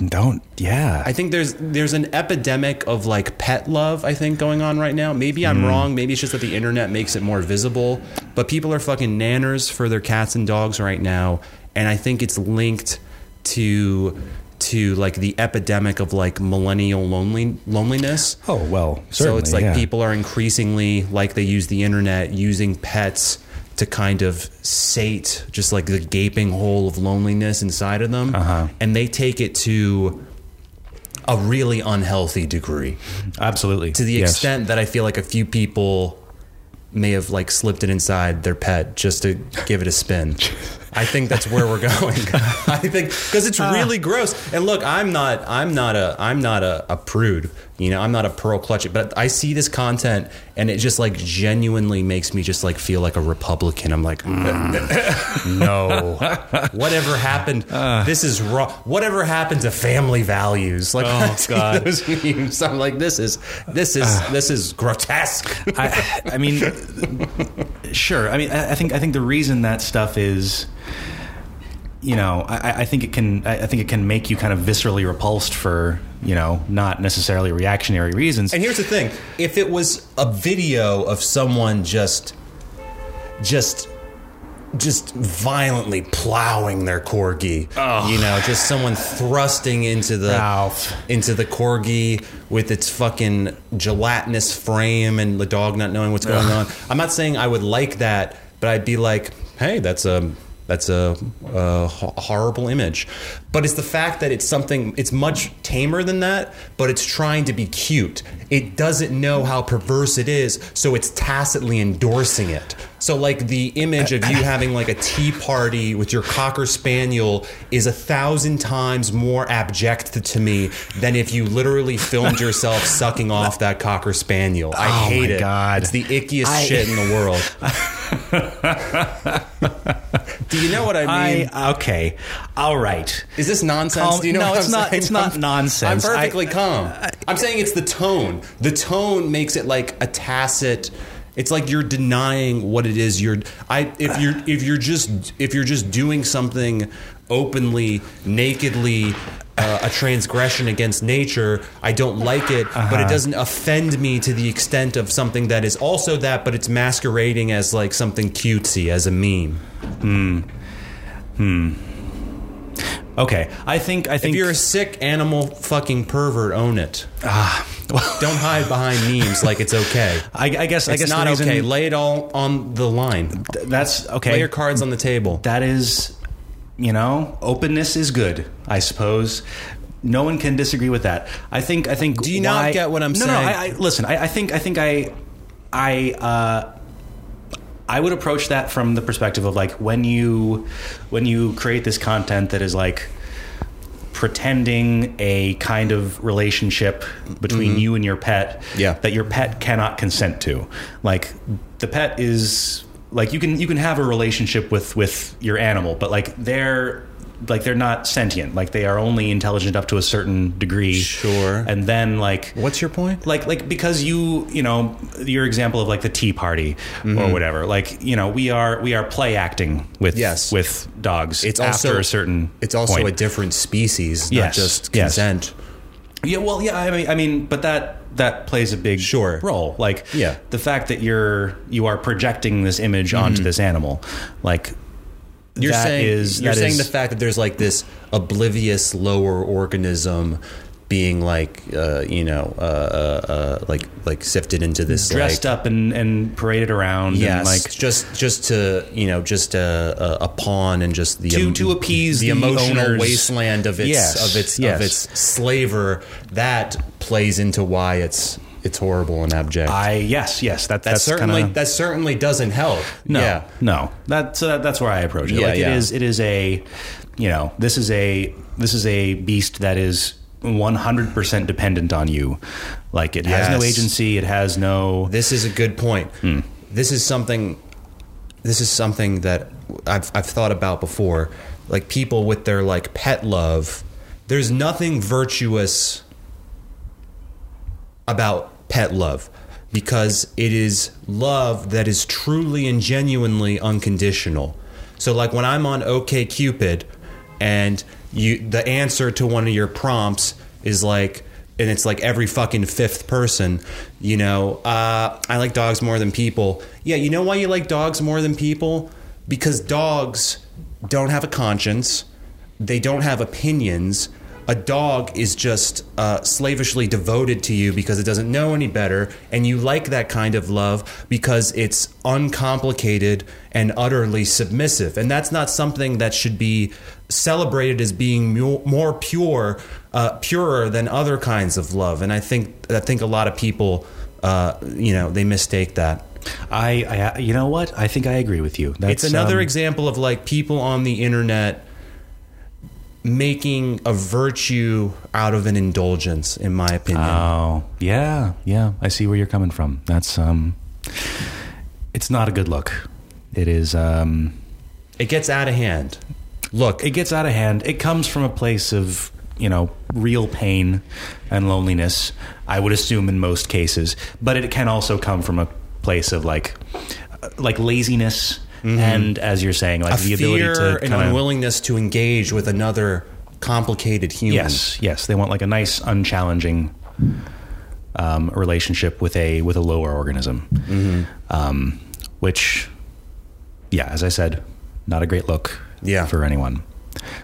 Speaker 2: don't, yeah.
Speaker 1: I think there's there's an epidemic of like pet love. I think going on right now. Maybe I'm
Speaker 2: Mm.
Speaker 1: wrong. Maybe it's just that the internet makes it more visible. But people are fucking nanners for their cats and dogs right now, and I think it's linked to to like the epidemic of like millennial lonely loneliness.
Speaker 2: oh, well,
Speaker 1: So
Speaker 2: certainly,
Speaker 1: it's like
Speaker 2: yeah.
Speaker 1: people are increasingly, like they use the internet, using pets to kind of sate just like the gaping hole of loneliness inside of them.
Speaker 2: Uh-huh.
Speaker 1: And they take it to a really unhealthy degree
Speaker 2: Absolutely.
Speaker 1: to the extent that I feel like a few people may have like slipped it inside their pet just to give it a spin. I think that's where we're going. I think because it's really gross. And look, I'm not, I'm not a, I'm not a, a prude. You know, I'm not a pearl clutch. But I see this content, and it just like genuinely makes me just like feel like a Republican. I'm like, "Mm, no, whatever happened, this is wrong. Whatever happened to family values? Like, I see
Speaker 2: God.
Speaker 1: those memes. I'm like, this is, this is, this is grotesque.
Speaker 2: I, I mean, sure. I mean, I, I think I think the reason that stuff is, you know, I, I- I think it can I I think it can make you kind of viscerally repulsed for you know not necessarily reactionary reasons.
Speaker 1: And here's the thing: if it was a video of someone just, just, just violently plowing their corgi, you know, just someone thrusting into the
Speaker 2: Ralph.
Speaker 1: into the corgi with its fucking gelatinous frame and the dog not knowing what's going on. I'm not saying I would like that, but I'd be like, hey, that's a that's a, a ho- horrible image. But it's the fact that it's something, it's much tamer than that, but it's trying to be cute. It doesn't know how perverse it is, so it's tacitly endorsing it. So, like, the image of you having like a tea party with your cocker spaniel is a thousand times more abject to, to me than if you literally filmed yourself sucking off that cocker spaniel. I
Speaker 2: Oh
Speaker 1: hate
Speaker 2: my
Speaker 1: it.
Speaker 2: God.
Speaker 1: It's the ickiest
Speaker 3: I-
Speaker 1: shit in the world. Do you know what I mean?
Speaker 2: I okay, all right.
Speaker 1: Is this nonsense?
Speaker 2: Calm-
Speaker 1: Do you know
Speaker 2: no,
Speaker 1: what
Speaker 2: it's
Speaker 1: I'm
Speaker 2: not-
Speaker 1: saying?
Speaker 2: it's not
Speaker 1: I'm-
Speaker 2: nonsense.
Speaker 1: I'm perfectly
Speaker 2: I-
Speaker 1: calm. I, am saying it's the tone. The tone makes it like a tacit. It's like you're denying what it is you're. I if you're if you're just if you're just doing something openly, nakedly. Uh, a transgression against nature. I don't like it, but
Speaker 2: Uh-huh.
Speaker 1: it doesn't offend me to the extent of something that is also that, but it's masquerading as like something cutesy, as a meme.
Speaker 2: Okay, I think I think
Speaker 1: If you're a sick animal fucking pervert, own it. Ah. Don't hide behind memes like it's okay.
Speaker 2: I, I guess I
Speaker 1: It's
Speaker 2: guess
Speaker 1: not
Speaker 2: the reason
Speaker 1: okay. Lay it all on the line.
Speaker 2: that's okay.
Speaker 1: Lay your cards on the table.
Speaker 2: that is, you know, openness is good, I suppose. No one can disagree with that. I think. I think.
Speaker 1: Do you not
Speaker 2: why-
Speaker 1: get what I'm
Speaker 2: no,
Speaker 1: saying?
Speaker 2: No, I, I, listen. I, I think. I think. I. I. Uh, I would approach that from the perspective of like when you, when you create this content that is like pretending a kind of relationship between you and your pet
Speaker 1: Mm-hmm. Yeah.
Speaker 2: that your pet cannot consent to like the pet is like you can you can have a relationship with with your animal but like they're like they're not sentient like they are only intelligent up to a certain degree
Speaker 1: Sure.
Speaker 2: and then like
Speaker 1: What's your point?
Speaker 2: like like because you you know your example of like the tea party
Speaker 1: Mm-hmm.
Speaker 2: or whatever like you know we are we are play acting with
Speaker 1: Yes.
Speaker 2: with dogs
Speaker 1: It's
Speaker 2: after
Speaker 1: also-
Speaker 2: a certain
Speaker 1: It's also
Speaker 2: point.
Speaker 1: a different species,
Speaker 2: Yes,
Speaker 1: not just
Speaker 2: yes.
Speaker 1: consent.
Speaker 2: Yeah, well, yeah, I mean, I mean, but that that plays a big
Speaker 1: Sure.
Speaker 2: role. Like,
Speaker 1: Yeah.
Speaker 2: the fact that you're you are projecting this image
Speaker 1: Mm-hmm.
Speaker 2: onto this animal, like
Speaker 1: You're
Speaker 2: that
Speaker 1: saying
Speaker 2: is-
Speaker 1: you're
Speaker 2: that
Speaker 1: saying
Speaker 2: is-
Speaker 1: the fact that there's like this oblivious lower organism being like uh, you know uh, uh, uh, like like sifted into this
Speaker 2: dressed
Speaker 1: like,
Speaker 2: up and and paraded around,
Speaker 1: Yes,
Speaker 2: and like
Speaker 1: just just to you know, just a, a, a pawn and just the
Speaker 2: To- to appease the
Speaker 1: emotional
Speaker 2: owners.
Speaker 1: wasteland of its
Speaker 2: Yes,
Speaker 1: of its
Speaker 2: yes.
Speaker 1: of its slaver. That plays into why it's it's horrible and abject.
Speaker 2: I yes, yes, that
Speaker 1: that
Speaker 2: that's
Speaker 1: certainly
Speaker 2: kinda,
Speaker 1: that certainly doesn't help.
Speaker 2: no,
Speaker 1: Yeah.
Speaker 2: no, that's uh, that's where I approach it.
Speaker 1: Yeah,
Speaker 2: like
Speaker 1: yeah.
Speaker 2: it is, it is a, you know, this is a this is a beast that is. 100% dependent on you. Like it has no
Speaker 1: Yes.
Speaker 2: agency, it has no
Speaker 1: This is a good point. This is something. This is something that I've I've thought about before. Like people with their like pet love. There's nothing virtuous about pet love because it is love that is truly and genuinely unconditional. So like when I'm on OK Cupid and you the answer to one of your prompts is like and it's like every fucking fifth person, you know, uh, I like dogs more than people. Yeah, you know why you like dogs more than people? Because dogs don't have a conscience they don't have opinions. A dog is just uh, slavishly devoted to you because it doesn't know any better, and you like that kind of love because it's uncomplicated and utterly submissive. And that's not something that should be celebrated as being mu- more pure, uh, purer than other kinds of love. And I think I think a lot of people, uh, you know, they mistake that.
Speaker 2: I, I you know what? I think I agree with you. That's
Speaker 1: It's another
Speaker 2: um,
Speaker 1: example of like people on the internet making a virtue out of an indulgence, in my opinion.
Speaker 2: Oh, yeah, yeah. I see where you're coming from. That's um, it's not a good look. It is um,
Speaker 1: it gets out of hand. Look,
Speaker 2: it gets out of hand. It comes from a place of you know real pain and loneliness. I would assume in most cases, but it can also come from a place of like, uh, like laziness. And as you're saying, like
Speaker 1: Mm-hmm. a
Speaker 2: the
Speaker 1: fear
Speaker 2: ability to
Speaker 1: and
Speaker 2: kinda-
Speaker 1: unwillingness to engage with another complicated human.
Speaker 2: Yes, yes, they want like a nice, unchallenging um, relationship with a with a lower organism,
Speaker 1: Mm-hmm.
Speaker 2: um, which, yeah, as I said, not a great look,
Speaker 1: Yeah.
Speaker 2: for anyone.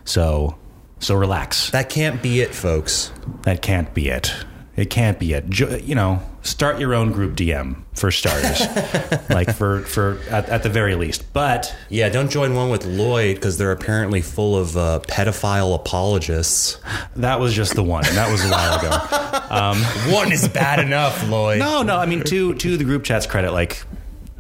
Speaker 2: So, so relax. That,
Speaker 1: That can't be it, folks.
Speaker 2: can't be it. It can't be it. Jo- You know, start your own group DM for starters, like for for at, at the very least. But
Speaker 4: Yeah, don't join one with Lloyd because they're apparently full of uh, pedophile apologists.
Speaker 2: that was just the one. and That was a while ago.
Speaker 4: One is bad enough, Lloyd.
Speaker 2: No, no. I mean, to to the group chat's credit, like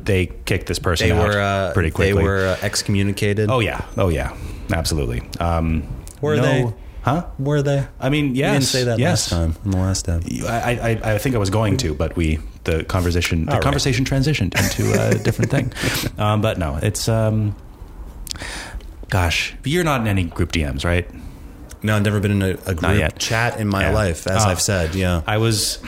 Speaker 2: they kicked this person
Speaker 4: They
Speaker 2: out
Speaker 4: were uh,
Speaker 2: pretty quickly.
Speaker 4: They were uh, excommunicated.
Speaker 2: Oh yeah. Oh yeah. Absolutely. Um,
Speaker 4: Were
Speaker 2: no-
Speaker 4: they?
Speaker 2: Huh?
Speaker 4: were they?
Speaker 2: I mean, yes.
Speaker 4: I didn't say that
Speaker 2: yes.
Speaker 4: last time. In the last time.
Speaker 2: I, I, I think I was going to, but we the conversation the
Speaker 4: All right.
Speaker 2: conversation transitioned into a different thing. Um, but no, it's um, gosh, you're not in any group DMs, right?
Speaker 4: No, I've never been in a, a
Speaker 2: Not
Speaker 4: group
Speaker 2: yet.
Speaker 4: chat in my
Speaker 2: Yeah.
Speaker 4: life, as
Speaker 2: Oh.
Speaker 4: I've said. Yeah,
Speaker 2: I was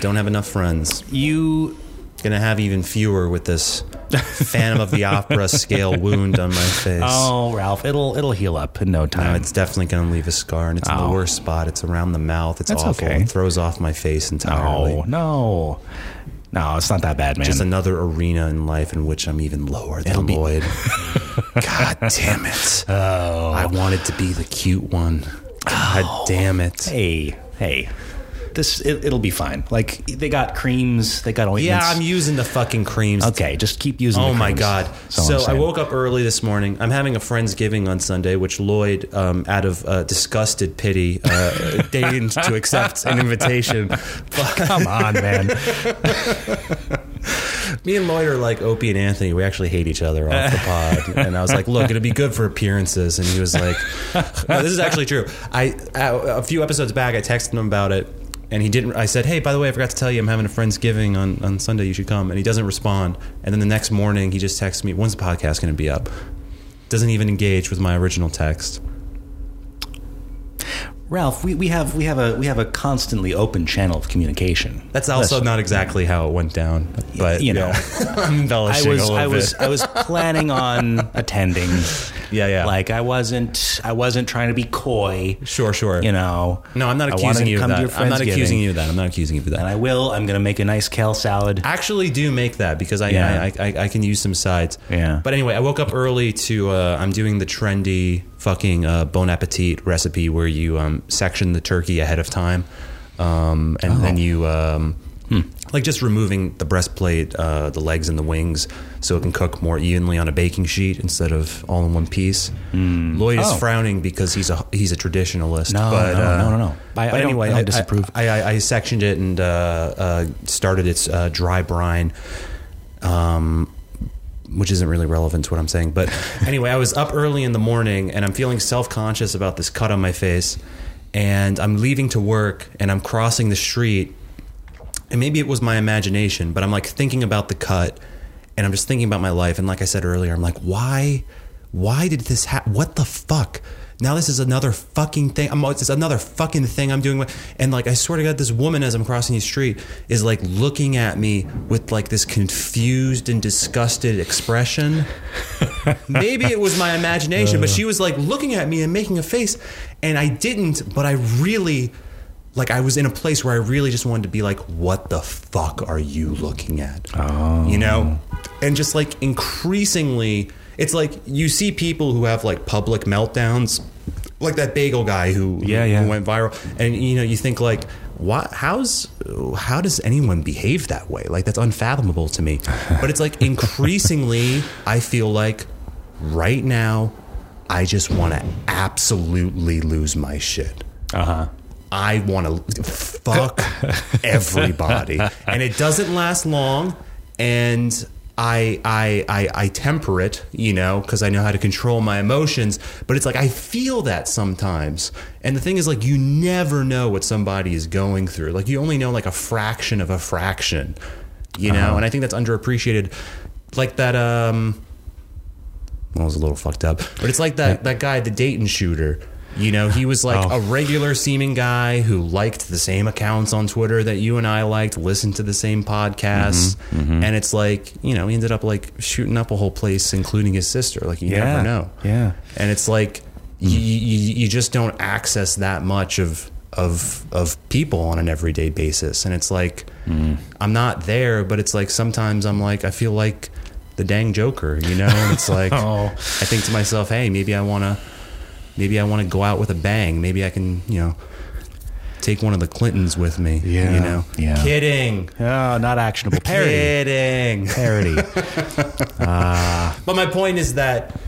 Speaker 4: don't have enough friends.
Speaker 2: you.
Speaker 4: Gonna have even fewer with this Phantom of the Opera scale wound on my face.
Speaker 2: Oh, Ralph, it'll it'll heal up in no
Speaker 4: No,
Speaker 2: time.
Speaker 4: Um, it's definitely going to leave a scar, and it's in
Speaker 2: Oh.
Speaker 4: the worst spot. It's around the mouth. It's
Speaker 2: That's
Speaker 4: awful.
Speaker 2: okay.
Speaker 4: It throws off my face entirely.
Speaker 2: no, no, no, it's not that bad, man.
Speaker 4: Just another arena in life in which I'm even lower than Lloyd. God damn it!
Speaker 2: oh,
Speaker 4: I wanted to be the cute one. God damn it!
Speaker 2: hey, hey, this it, it'll be fine. Like they got creams, they got
Speaker 4: Yeah,
Speaker 2: ointments.
Speaker 4: I'm using the fucking creams.
Speaker 2: okay. Just keep using.
Speaker 4: Oh
Speaker 2: the
Speaker 4: my
Speaker 2: creams.
Speaker 4: god!
Speaker 2: That's all I'm
Speaker 4: So I
Speaker 2: saying.
Speaker 4: woke up early this morning. I'm having a friendsgiving on Sunday, which Lloyd, um, out of uh, disgusted pity, uh, deigned to accept an invitation. But
Speaker 2: Come on, man.
Speaker 4: me and Lloyd are like Opie and Anthony. We actually hate each other off the pod. And I was like, "Look, it'd be good for appearances." And he was like, "No, this is actually true." I a a few episodes back, I texted him about it. And he didn't. I said, "Hey, by the way, I forgot to tell you, I'm having a friendsgiving on on Sunday. You should come." And he doesn't respond. And then the next morning, he just texts me, "When's the podcast going to be up?" doesn't even engage with my original text.
Speaker 2: Ralph, we, we have we have a we have a constantly open channel of communication.
Speaker 4: That's also not exactly how it went down, but
Speaker 2: you know.
Speaker 4: yeah. I'm
Speaker 2: I
Speaker 4: embellishing a
Speaker 2: was
Speaker 4: little
Speaker 2: I was
Speaker 4: bit.
Speaker 2: I was planning on attending.
Speaker 4: Yeah, yeah.
Speaker 2: Like I wasn't I wasn't trying to be coy.
Speaker 4: sure, sure.
Speaker 2: You know.
Speaker 4: no, I'm not
Speaker 2: I wanted
Speaker 4: accusing
Speaker 2: to
Speaker 4: you of
Speaker 2: come to
Speaker 4: that.
Speaker 2: your
Speaker 4: I'm not
Speaker 2: Friendsgiving,
Speaker 4: accusing you of that. I'm not accusing you of
Speaker 2: And
Speaker 4: that.
Speaker 2: I will. I'm gonna make a nice kale salad.
Speaker 4: I actually do make that because I,
Speaker 2: Yeah.
Speaker 4: I, I I can use some sides.
Speaker 2: Yeah.
Speaker 4: But anyway, I woke up early to uh, I'm doing the trendy fucking uh, bon appetit recipe where you um, section the turkey ahead of time, um,
Speaker 2: Oh.
Speaker 4: and then you. Um, Like just removing the breastplate, uh, the legs, and the wings, so it can cook more evenly on a baking sheet instead of all in one piece. Lloyd is
Speaker 2: Oh.
Speaker 4: frowning because he's a he's a traditionalist.
Speaker 2: No,
Speaker 4: but,
Speaker 2: no,
Speaker 4: uh,
Speaker 2: no, no, no. I-
Speaker 4: but
Speaker 2: I don't-
Speaker 4: anyway,
Speaker 2: I don't disapprove.
Speaker 4: I, I, I sectioned it and uh, uh, started its uh, dry brine, um, which isn't really relevant to what I'm saying. But anyway, I was up early in the morning and I'm feeling self conscious about this cut on my face. And I'm leaving to work and I'm crossing the street. And maybe it was my imagination, but I'm like thinking about the cut and I'm just thinking about my life. And like I said earlier, I'm like, why? Why did this happen? What the fuck? Now this is another fucking thing. I'm, it's another fucking thing I'm doing. with- And like, I swear to God, this woman as I'm crossing the street is like looking at me with like this confused and disgusted expression. Maybe it was my imagination, but she was like looking at me and making a face, and I didn't. But I really, like, I was in a place where I really just wanted to be like, "What the fuck are you looking at?"
Speaker 2: Oh.
Speaker 4: You know, and just like increasingly, it's like you see people who have like public meltdowns, like that bagel guy who
Speaker 2: Yeah, yeah.
Speaker 4: who went viral, and you know you think like. What? How's? How does anyone behave that way? Like that's unfathomable to me. But it's like increasingly, I feel like right now, I just want to absolutely lose my shit.
Speaker 2: Uh huh.
Speaker 4: I want to fuck everybody, and it doesn't last long. And I, I, I, I temper it, you know, because I know how to control my emotions. But it's like I feel that sometimes. And the thing is, like, you never know what somebody is going through. Like, you only know like a fraction of a fraction, you know. And I think that's underappreciated. Like that. um well, it was a little fucked up. But it's like that that guy, the Dayton shooter. You know, he was like a regular seeming guy who liked the same accounts on Twitter that you and I liked, listened to the same podcasts, and it's like you know he ended up like shooting up a whole place, including his sister. Like you
Speaker 2: Yeah.
Speaker 4: never know.
Speaker 2: Yeah.
Speaker 4: and it's like you, you you just don't access that much of of of people on an everyday basis, and it's like I'm not there, but it's like sometimes I'm like I feel like the dang Joker, you know. And it's like
Speaker 2: Oh.
Speaker 4: I think to myself, hey, maybe I want to, maybe I want to go out with a bang. Maybe I can, you know, take one of the Clintons with me.
Speaker 2: Yeah.
Speaker 4: You know?
Speaker 2: Yeah.
Speaker 4: Kidding.
Speaker 2: Oh, not actionable. Parody.
Speaker 4: Kidding.
Speaker 2: Parody. Uh.
Speaker 4: But my point is that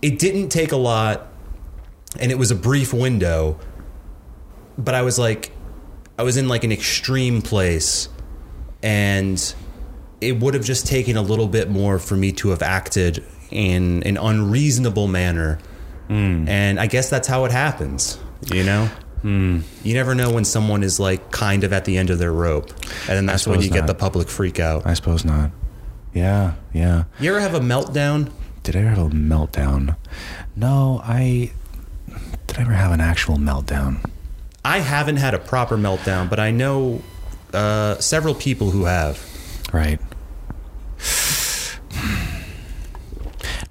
Speaker 4: it didn't take a lot and it was a brief window, but I was like, I was in like an extreme place and it would have just taken a little bit more for me to have acted in an unreasonable manner. And I guess that's how it happens, you know? You never know when someone is like kind of at the end of their rope. And then that's when
Speaker 2: suppose
Speaker 4: you
Speaker 2: not.
Speaker 4: get the public freak out.
Speaker 2: I suppose not. Yeah, yeah.
Speaker 4: You ever have a meltdown?
Speaker 2: Did I ever have a meltdown? No, I. Did I ever have an actual meltdown?
Speaker 4: I haven't had a proper meltdown, but I know uh, several people who have.
Speaker 2: Right.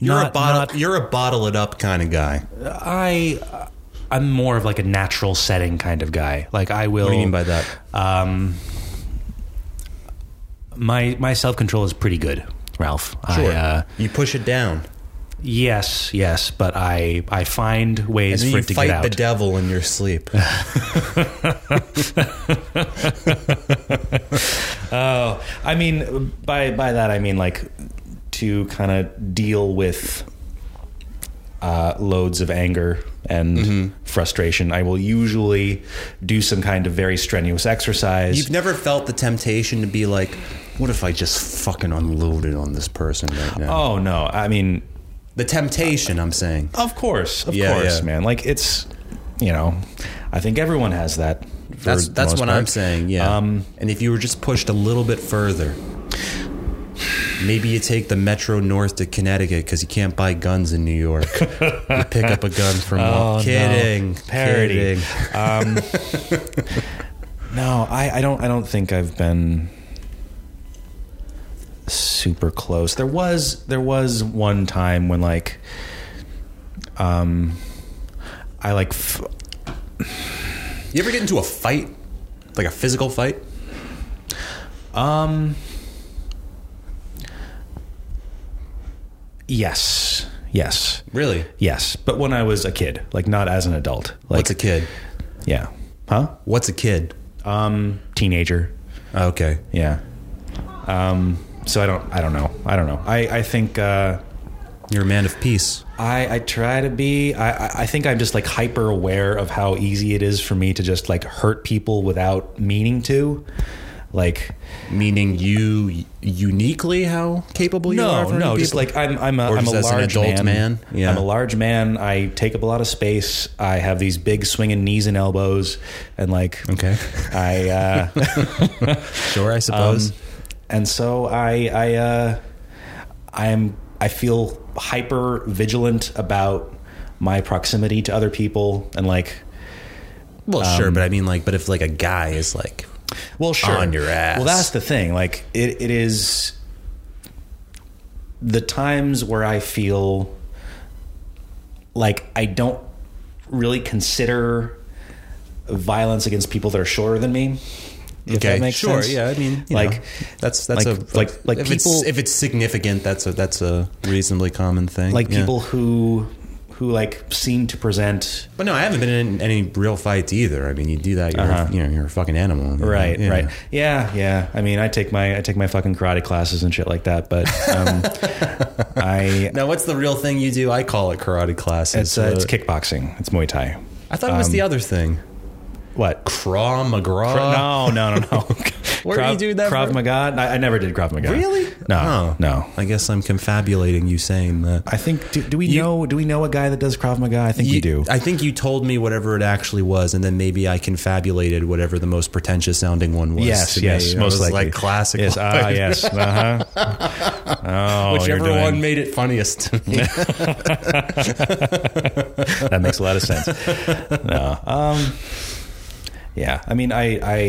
Speaker 4: You're a
Speaker 2: Not-
Speaker 4: bottle.
Speaker 2: not-
Speaker 4: you're a bottle it up kind of guy.
Speaker 2: I. uh, I'm more of like a natural setting kind of guy. Like I will.
Speaker 4: What do you mean by that?
Speaker 2: um, my my self control is pretty good, Ralph.
Speaker 4: Sure.
Speaker 2: I, uh,
Speaker 4: you push it down,
Speaker 2: yes, yes, but I I find
Speaker 4: and
Speaker 2: ways
Speaker 4: then
Speaker 2: for
Speaker 4: you
Speaker 2: it to get
Speaker 4: fight
Speaker 2: out.
Speaker 4: the devil in your sleep.
Speaker 2: Oh, I mean, by by that I mean like to kind of deal with uh, loads of anger and
Speaker 4: Mm-hmm.
Speaker 2: frustration. I will usually do some kind of very strenuous exercise.
Speaker 4: You've never felt the temptation to be like, "What if I just fucking unloaded on this person right now?"
Speaker 2: oh no, I mean,
Speaker 4: the temptation, I'm saying.
Speaker 2: of course, of
Speaker 4: Yeah,
Speaker 2: course,
Speaker 4: yeah.
Speaker 2: man. Like it's, you know, I think everyone has that. for
Speaker 4: That's
Speaker 2: the
Speaker 4: that's
Speaker 2: most
Speaker 4: what
Speaker 2: part.
Speaker 4: I'm saying. Yeah.
Speaker 2: Um,
Speaker 4: and if you were just pushed a little bit further, maybe you take the Metro North to Connecticut because you can't buy guns in New York. you pick up a gun from.
Speaker 2: Oh, no.
Speaker 4: kidding.
Speaker 2: Parody.
Speaker 4: Kidding.
Speaker 2: Um, no, I, I don't. I don't think I've been super close. There was there was one time when like, um, I like f-
Speaker 4: You ever get into a fight, like a physical fight?
Speaker 2: um. Yes, yes,
Speaker 4: Really?
Speaker 2: yes. But when I was a kid, like not as an adult, like
Speaker 4: What's a kid?
Speaker 2: yeah, huh?
Speaker 4: What's a kid?
Speaker 2: Um, teenager.
Speaker 4: Okay.
Speaker 2: Yeah. Um, so I don't. I don't know. I don't know. I I think uh,
Speaker 4: You're a man of peace.
Speaker 2: I I try to be. I I- I think I'm just like hyper aware of how easy it is for me to just like hurt people without meaning to. Like
Speaker 4: Meaning you uniquely how capable you are?
Speaker 2: no,
Speaker 4: of hurting
Speaker 2: no, just
Speaker 4: people?
Speaker 2: like I'm. I'm a,
Speaker 4: Or
Speaker 2: I'm a
Speaker 4: just as an
Speaker 2: large
Speaker 4: adult man? Yeah.
Speaker 2: I'm a large man. I take up a lot of space. I have these big swinging knees and elbows, and like
Speaker 4: Okay.
Speaker 2: I. Uh,
Speaker 4: Sure, I suppose.
Speaker 2: Um, and so I I uh, I'm I feel hyper vigilant about my proximity to other people and like
Speaker 4: well, sure, but I mean, like, but if like a guy is like,
Speaker 2: well sure
Speaker 4: On your ass.
Speaker 2: Well, that's the thing. Like it, it is the times where I feel like I don't really consider violence against people that are shorter than me. If
Speaker 4: okay,
Speaker 2: that makes
Speaker 4: sure,
Speaker 2: sense.
Speaker 4: yeah, I mean, you
Speaker 2: like
Speaker 4: know, that's that's
Speaker 2: like-
Speaker 4: a
Speaker 2: like- like
Speaker 4: if
Speaker 2: people-
Speaker 4: it's, if it's significant, that's a that's a reasonably common thing.
Speaker 2: like
Speaker 4: yeah.
Speaker 2: people who who like seem to present
Speaker 4: but no, I haven't been in any real fights either. I mean, you do that, you're
Speaker 2: Uh-huh.
Speaker 4: you know, you're a fucking animal, you know,
Speaker 2: right
Speaker 4: yeah.
Speaker 2: right yeah yeah i mean i take my i take my fucking karate classes and shit like that but um i
Speaker 4: Now, what's the real thing you do? I call it karate classes.
Speaker 2: it's uh, it's
Speaker 4: Uh,
Speaker 2: kickboxing it's muay thai
Speaker 4: I thought it was the other thing.
Speaker 2: what
Speaker 4: Krav McGraw.
Speaker 2: no no no no
Speaker 4: Where do you do that
Speaker 2: krav
Speaker 4: for?
Speaker 2: maga I, I never did krav maga
Speaker 4: Really?
Speaker 2: no
Speaker 4: Oh.
Speaker 2: no
Speaker 4: I guess I'm confabulating you saying that.
Speaker 2: i think do, do we
Speaker 4: You-
Speaker 2: know do we know a guy that does krav maga i think we do
Speaker 4: I think you told me whatever it actually was, and then maybe I confabulated whatever the most pretentious sounding one was.
Speaker 2: Yes,
Speaker 4: to me.
Speaker 2: yes,
Speaker 4: It
Speaker 2: most
Speaker 4: was
Speaker 2: likely.
Speaker 4: like classic.
Speaker 2: Yes, ah, yes, uh huh. Oh, you're
Speaker 4: Whichever
Speaker 2: doing-
Speaker 4: one made it funniest to me.
Speaker 2: that makes a lot of sense. No, um, yeah, I mean, I, I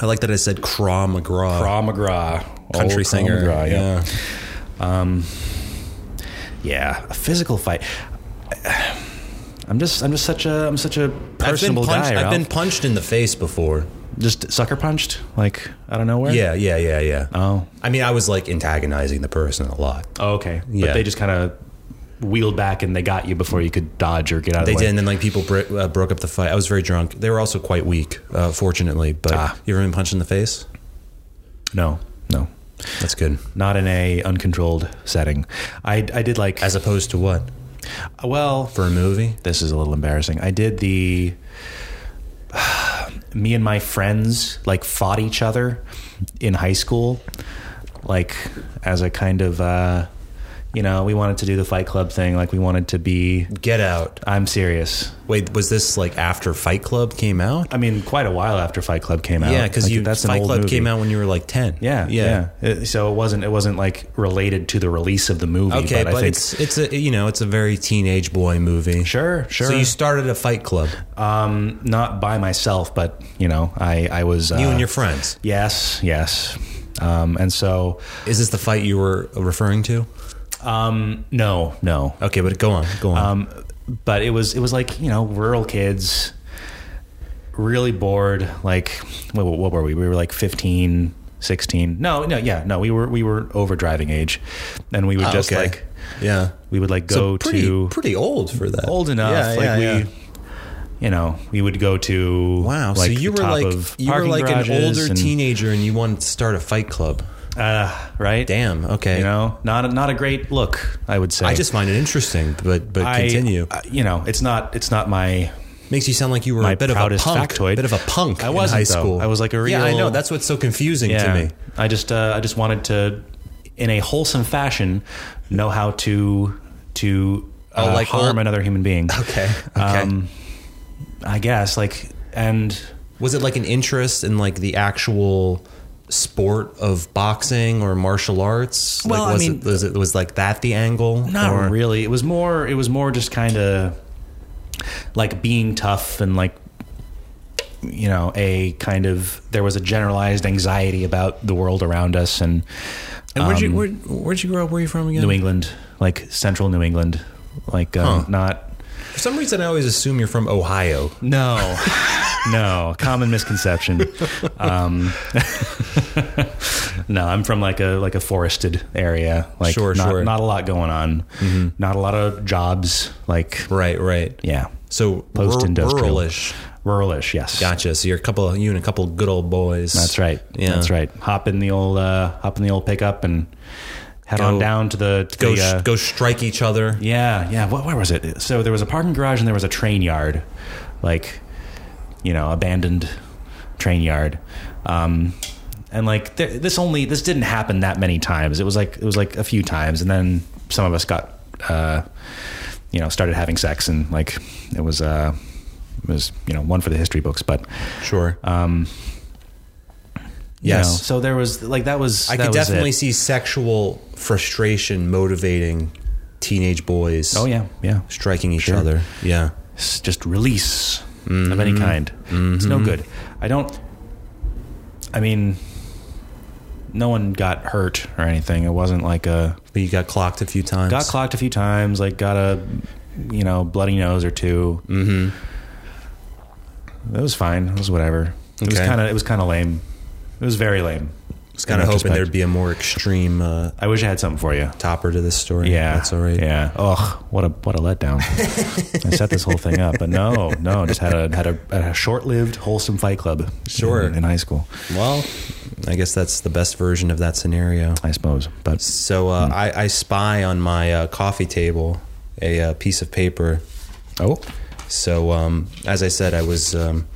Speaker 4: I like that I said Craw McGraw.
Speaker 2: Krav McGraw, old
Speaker 4: country
Speaker 2: Krav
Speaker 4: singer.
Speaker 2: McGraw, yeah. Um,
Speaker 4: yeah.
Speaker 2: yeah, a physical fight. I'm just, I'm just such a, I'm such a
Speaker 4: I've, been
Speaker 2: personable
Speaker 4: punched,
Speaker 2: guy.
Speaker 4: I've been
Speaker 2: Ralph.
Speaker 4: punched in the face before.
Speaker 2: just sucker punched, like out of nowhere.
Speaker 4: Yeah, yeah, yeah, yeah.
Speaker 2: Oh.
Speaker 4: I mean, I was like antagonizing the person a lot.
Speaker 2: Oh, okay. But
Speaker 4: Yeah.
Speaker 2: they just kind of wheeled back and they got you before you could dodge or get out
Speaker 1: They
Speaker 2: of the
Speaker 1: did,
Speaker 2: way.
Speaker 1: and then like people br- uh, broke up the fight. I was very drunk. They were also quite weak, uh, fortunately. But
Speaker 2: Ah.
Speaker 1: you ever been punched in the face?
Speaker 2: No, no.
Speaker 1: That's good.
Speaker 2: Not in a uncontrolled setting. I, I did like,
Speaker 1: As opposed to what
Speaker 2: well,
Speaker 1: for a movie?
Speaker 2: this is a little embarrassing. I did the me and my friends like fought each other in high school, like as a kind of uh, you know we wanted to do the Fight Club thing. Like we wanted to be.
Speaker 1: Get Out.
Speaker 2: I'm serious.
Speaker 1: Wait, was this like after Fight Club came out?
Speaker 2: I mean, quite a while after Fight Club came out.
Speaker 1: Yeah, because
Speaker 2: Like,
Speaker 1: you
Speaker 2: that's an
Speaker 1: Fight
Speaker 2: old
Speaker 1: Club came
Speaker 2: movie.
Speaker 1: out when you were like ten.
Speaker 2: Yeah, yeah. It- so it wasn't it wasn't like related to the release of the movie.
Speaker 1: Okay,
Speaker 2: but,
Speaker 1: but,
Speaker 2: I think,
Speaker 1: it's it's a you know it's a very teenage boy movie.
Speaker 2: sure, sure.
Speaker 1: So you started a Fight Club,
Speaker 2: um, not by myself, but you know, I I was uh,
Speaker 1: you and your friends.
Speaker 2: Yes, yes. Um, and so,
Speaker 1: Is this the fight you were referring to?
Speaker 2: um, no, no.
Speaker 1: Okay, but go on, go on.
Speaker 2: Um, but it was it was like you know rural kids, really bored. Like what, what were we? We were like 15, 16. No, no, yeah, no. We were we were over driving age, and we would
Speaker 1: Ah,
Speaker 2: just
Speaker 1: okay.
Speaker 2: like
Speaker 1: yeah,
Speaker 2: we would like
Speaker 1: so
Speaker 2: go
Speaker 1: pretty
Speaker 2: to
Speaker 1: pretty old for that.
Speaker 2: Um, old enough.
Speaker 1: Yeah,
Speaker 2: like
Speaker 1: yeah,
Speaker 2: we,
Speaker 1: yeah.
Speaker 2: you know, we would go to
Speaker 1: Wow,
Speaker 2: Like
Speaker 1: so you
Speaker 2: the
Speaker 1: were
Speaker 2: top
Speaker 1: like
Speaker 2: of
Speaker 1: you were
Speaker 2: parking
Speaker 1: like an
Speaker 2: garages
Speaker 1: older
Speaker 2: and-
Speaker 1: teenager and you wanted to start a fight club.
Speaker 2: uh, right?
Speaker 1: Damn. Okay.
Speaker 2: You know, not a, not a great look, I would say.
Speaker 1: I just find it interesting, but um, but
Speaker 2: I-
Speaker 1: continue.
Speaker 2: uh, you know, it's not it's not my
Speaker 1: Makes you sound like you were
Speaker 2: my
Speaker 1: a bit of a
Speaker 2: proudest
Speaker 1: punk,
Speaker 2: factoid.
Speaker 1: bit of a punk.
Speaker 2: I
Speaker 1: in
Speaker 2: wasn't,
Speaker 1: high
Speaker 2: though.
Speaker 1: school.
Speaker 2: I was like a
Speaker 1: Yeah, I
Speaker 2: real-
Speaker 1: know. That's what's so confusing
Speaker 2: yeah.
Speaker 1: to me.
Speaker 2: I just uh, I just wanted to in a wholesome fashion know how to to uh,
Speaker 1: Oh, like
Speaker 2: harm
Speaker 1: old-
Speaker 2: another human being.
Speaker 1: Okay. Okay.
Speaker 2: Um I guess like and
Speaker 1: was it like an interest in like the actual sport of boxing or martial arts?
Speaker 2: Well, I
Speaker 1: like, was
Speaker 2: mean-
Speaker 1: it, was it was like that the angle?
Speaker 2: not
Speaker 1: or,
Speaker 2: really. It was more it was more just kind of like being tough and like you know, a kind of there was a generalized anxiety about the world around us and
Speaker 1: And where'd you
Speaker 2: um,
Speaker 1: where, where'd you grow up? Where are you from again?
Speaker 2: New England, like central New England, like um,
Speaker 1: Huh.
Speaker 2: not.
Speaker 1: For some reason, I always assume you're from Ohio.
Speaker 2: No, no, common misconception. Um, no, I'm from like a like a forested area. Like
Speaker 1: Sure,
Speaker 2: not,
Speaker 1: sure. Mm-hmm.
Speaker 2: not a lot going on. Not a lot of jobs. Like
Speaker 1: Right. Right.
Speaker 2: yeah,
Speaker 1: So
Speaker 2: Post-industrial.
Speaker 1: ruralish.
Speaker 2: ruralish. Yes,
Speaker 1: Gotcha. So you're a couple, you and a couple good old boys.
Speaker 2: that's right.
Speaker 1: Yeah.
Speaker 2: that's right. Hop in the old uh, hop in the old pickup and head
Speaker 1: Go-
Speaker 2: on down to the to
Speaker 1: Go,
Speaker 2: the, uh,
Speaker 1: go strike each other.
Speaker 2: Yeah, yeah. What, where was it? So there was a parking garage and there was a train yard, like, you know, abandoned train yard. Um, and like th- this only this didn't happen that many times. It was like it was like a few times, and then some of us got, uh, you know, started having sex, and like it was uh, it was you know one for the history books, but
Speaker 1: Sure.
Speaker 2: um, you
Speaker 1: Yes.
Speaker 2: know, so there was like that was
Speaker 1: I
Speaker 2: that
Speaker 1: could
Speaker 2: was it.
Speaker 1: definitely see sexual frustration motivating teenage boys.
Speaker 2: Oh yeah, yeah.
Speaker 1: Striking each
Speaker 2: Sure.
Speaker 1: other. Yeah.
Speaker 2: s- just release of any kind. It's no good. I don't. I mean, no one got hurt or anything. It wasn't like a
Speaker 1: But you got clocked a few times.
Speaker 2: got clocked a few times. Like got a you know bloody nose or 2 Mm-hmm. It was fine. It was whatever. It was
Speaker 1: Okay.
Speaker 2: kind of it was kind of lame. It was very lame.
Speaker 1: I was kind of
Speaker 2: in
Speaker 1: hoping
Speaker 2: retrospect.
Speaker 1: there'd be a more extreme uh,
Speaker 2: I wish I had something for you.
Speaker 1: topper to this story.
Speaker 2: Yeah,
Speaker 1: That's all right.
Speaker 2: Yeah. Ugh, what a what a letdown. I set this whole thing up, but no, no, just had a had a, had a short-lived wholesome fight club.
Speaker 1: Sure.
Speaker 2: In, in high school,
Speaker 1: Well, I guess that's the best version of that scenario.
Speaker 2: I suppose. But
Speaker 1: So uh,
Speaker 2: Hmm.
Speaker 1: I, I spy on my uh, coffee table a uh, piece of paper
Speaker 2: oh,
Speaker 1: So, um, as I said, I was um,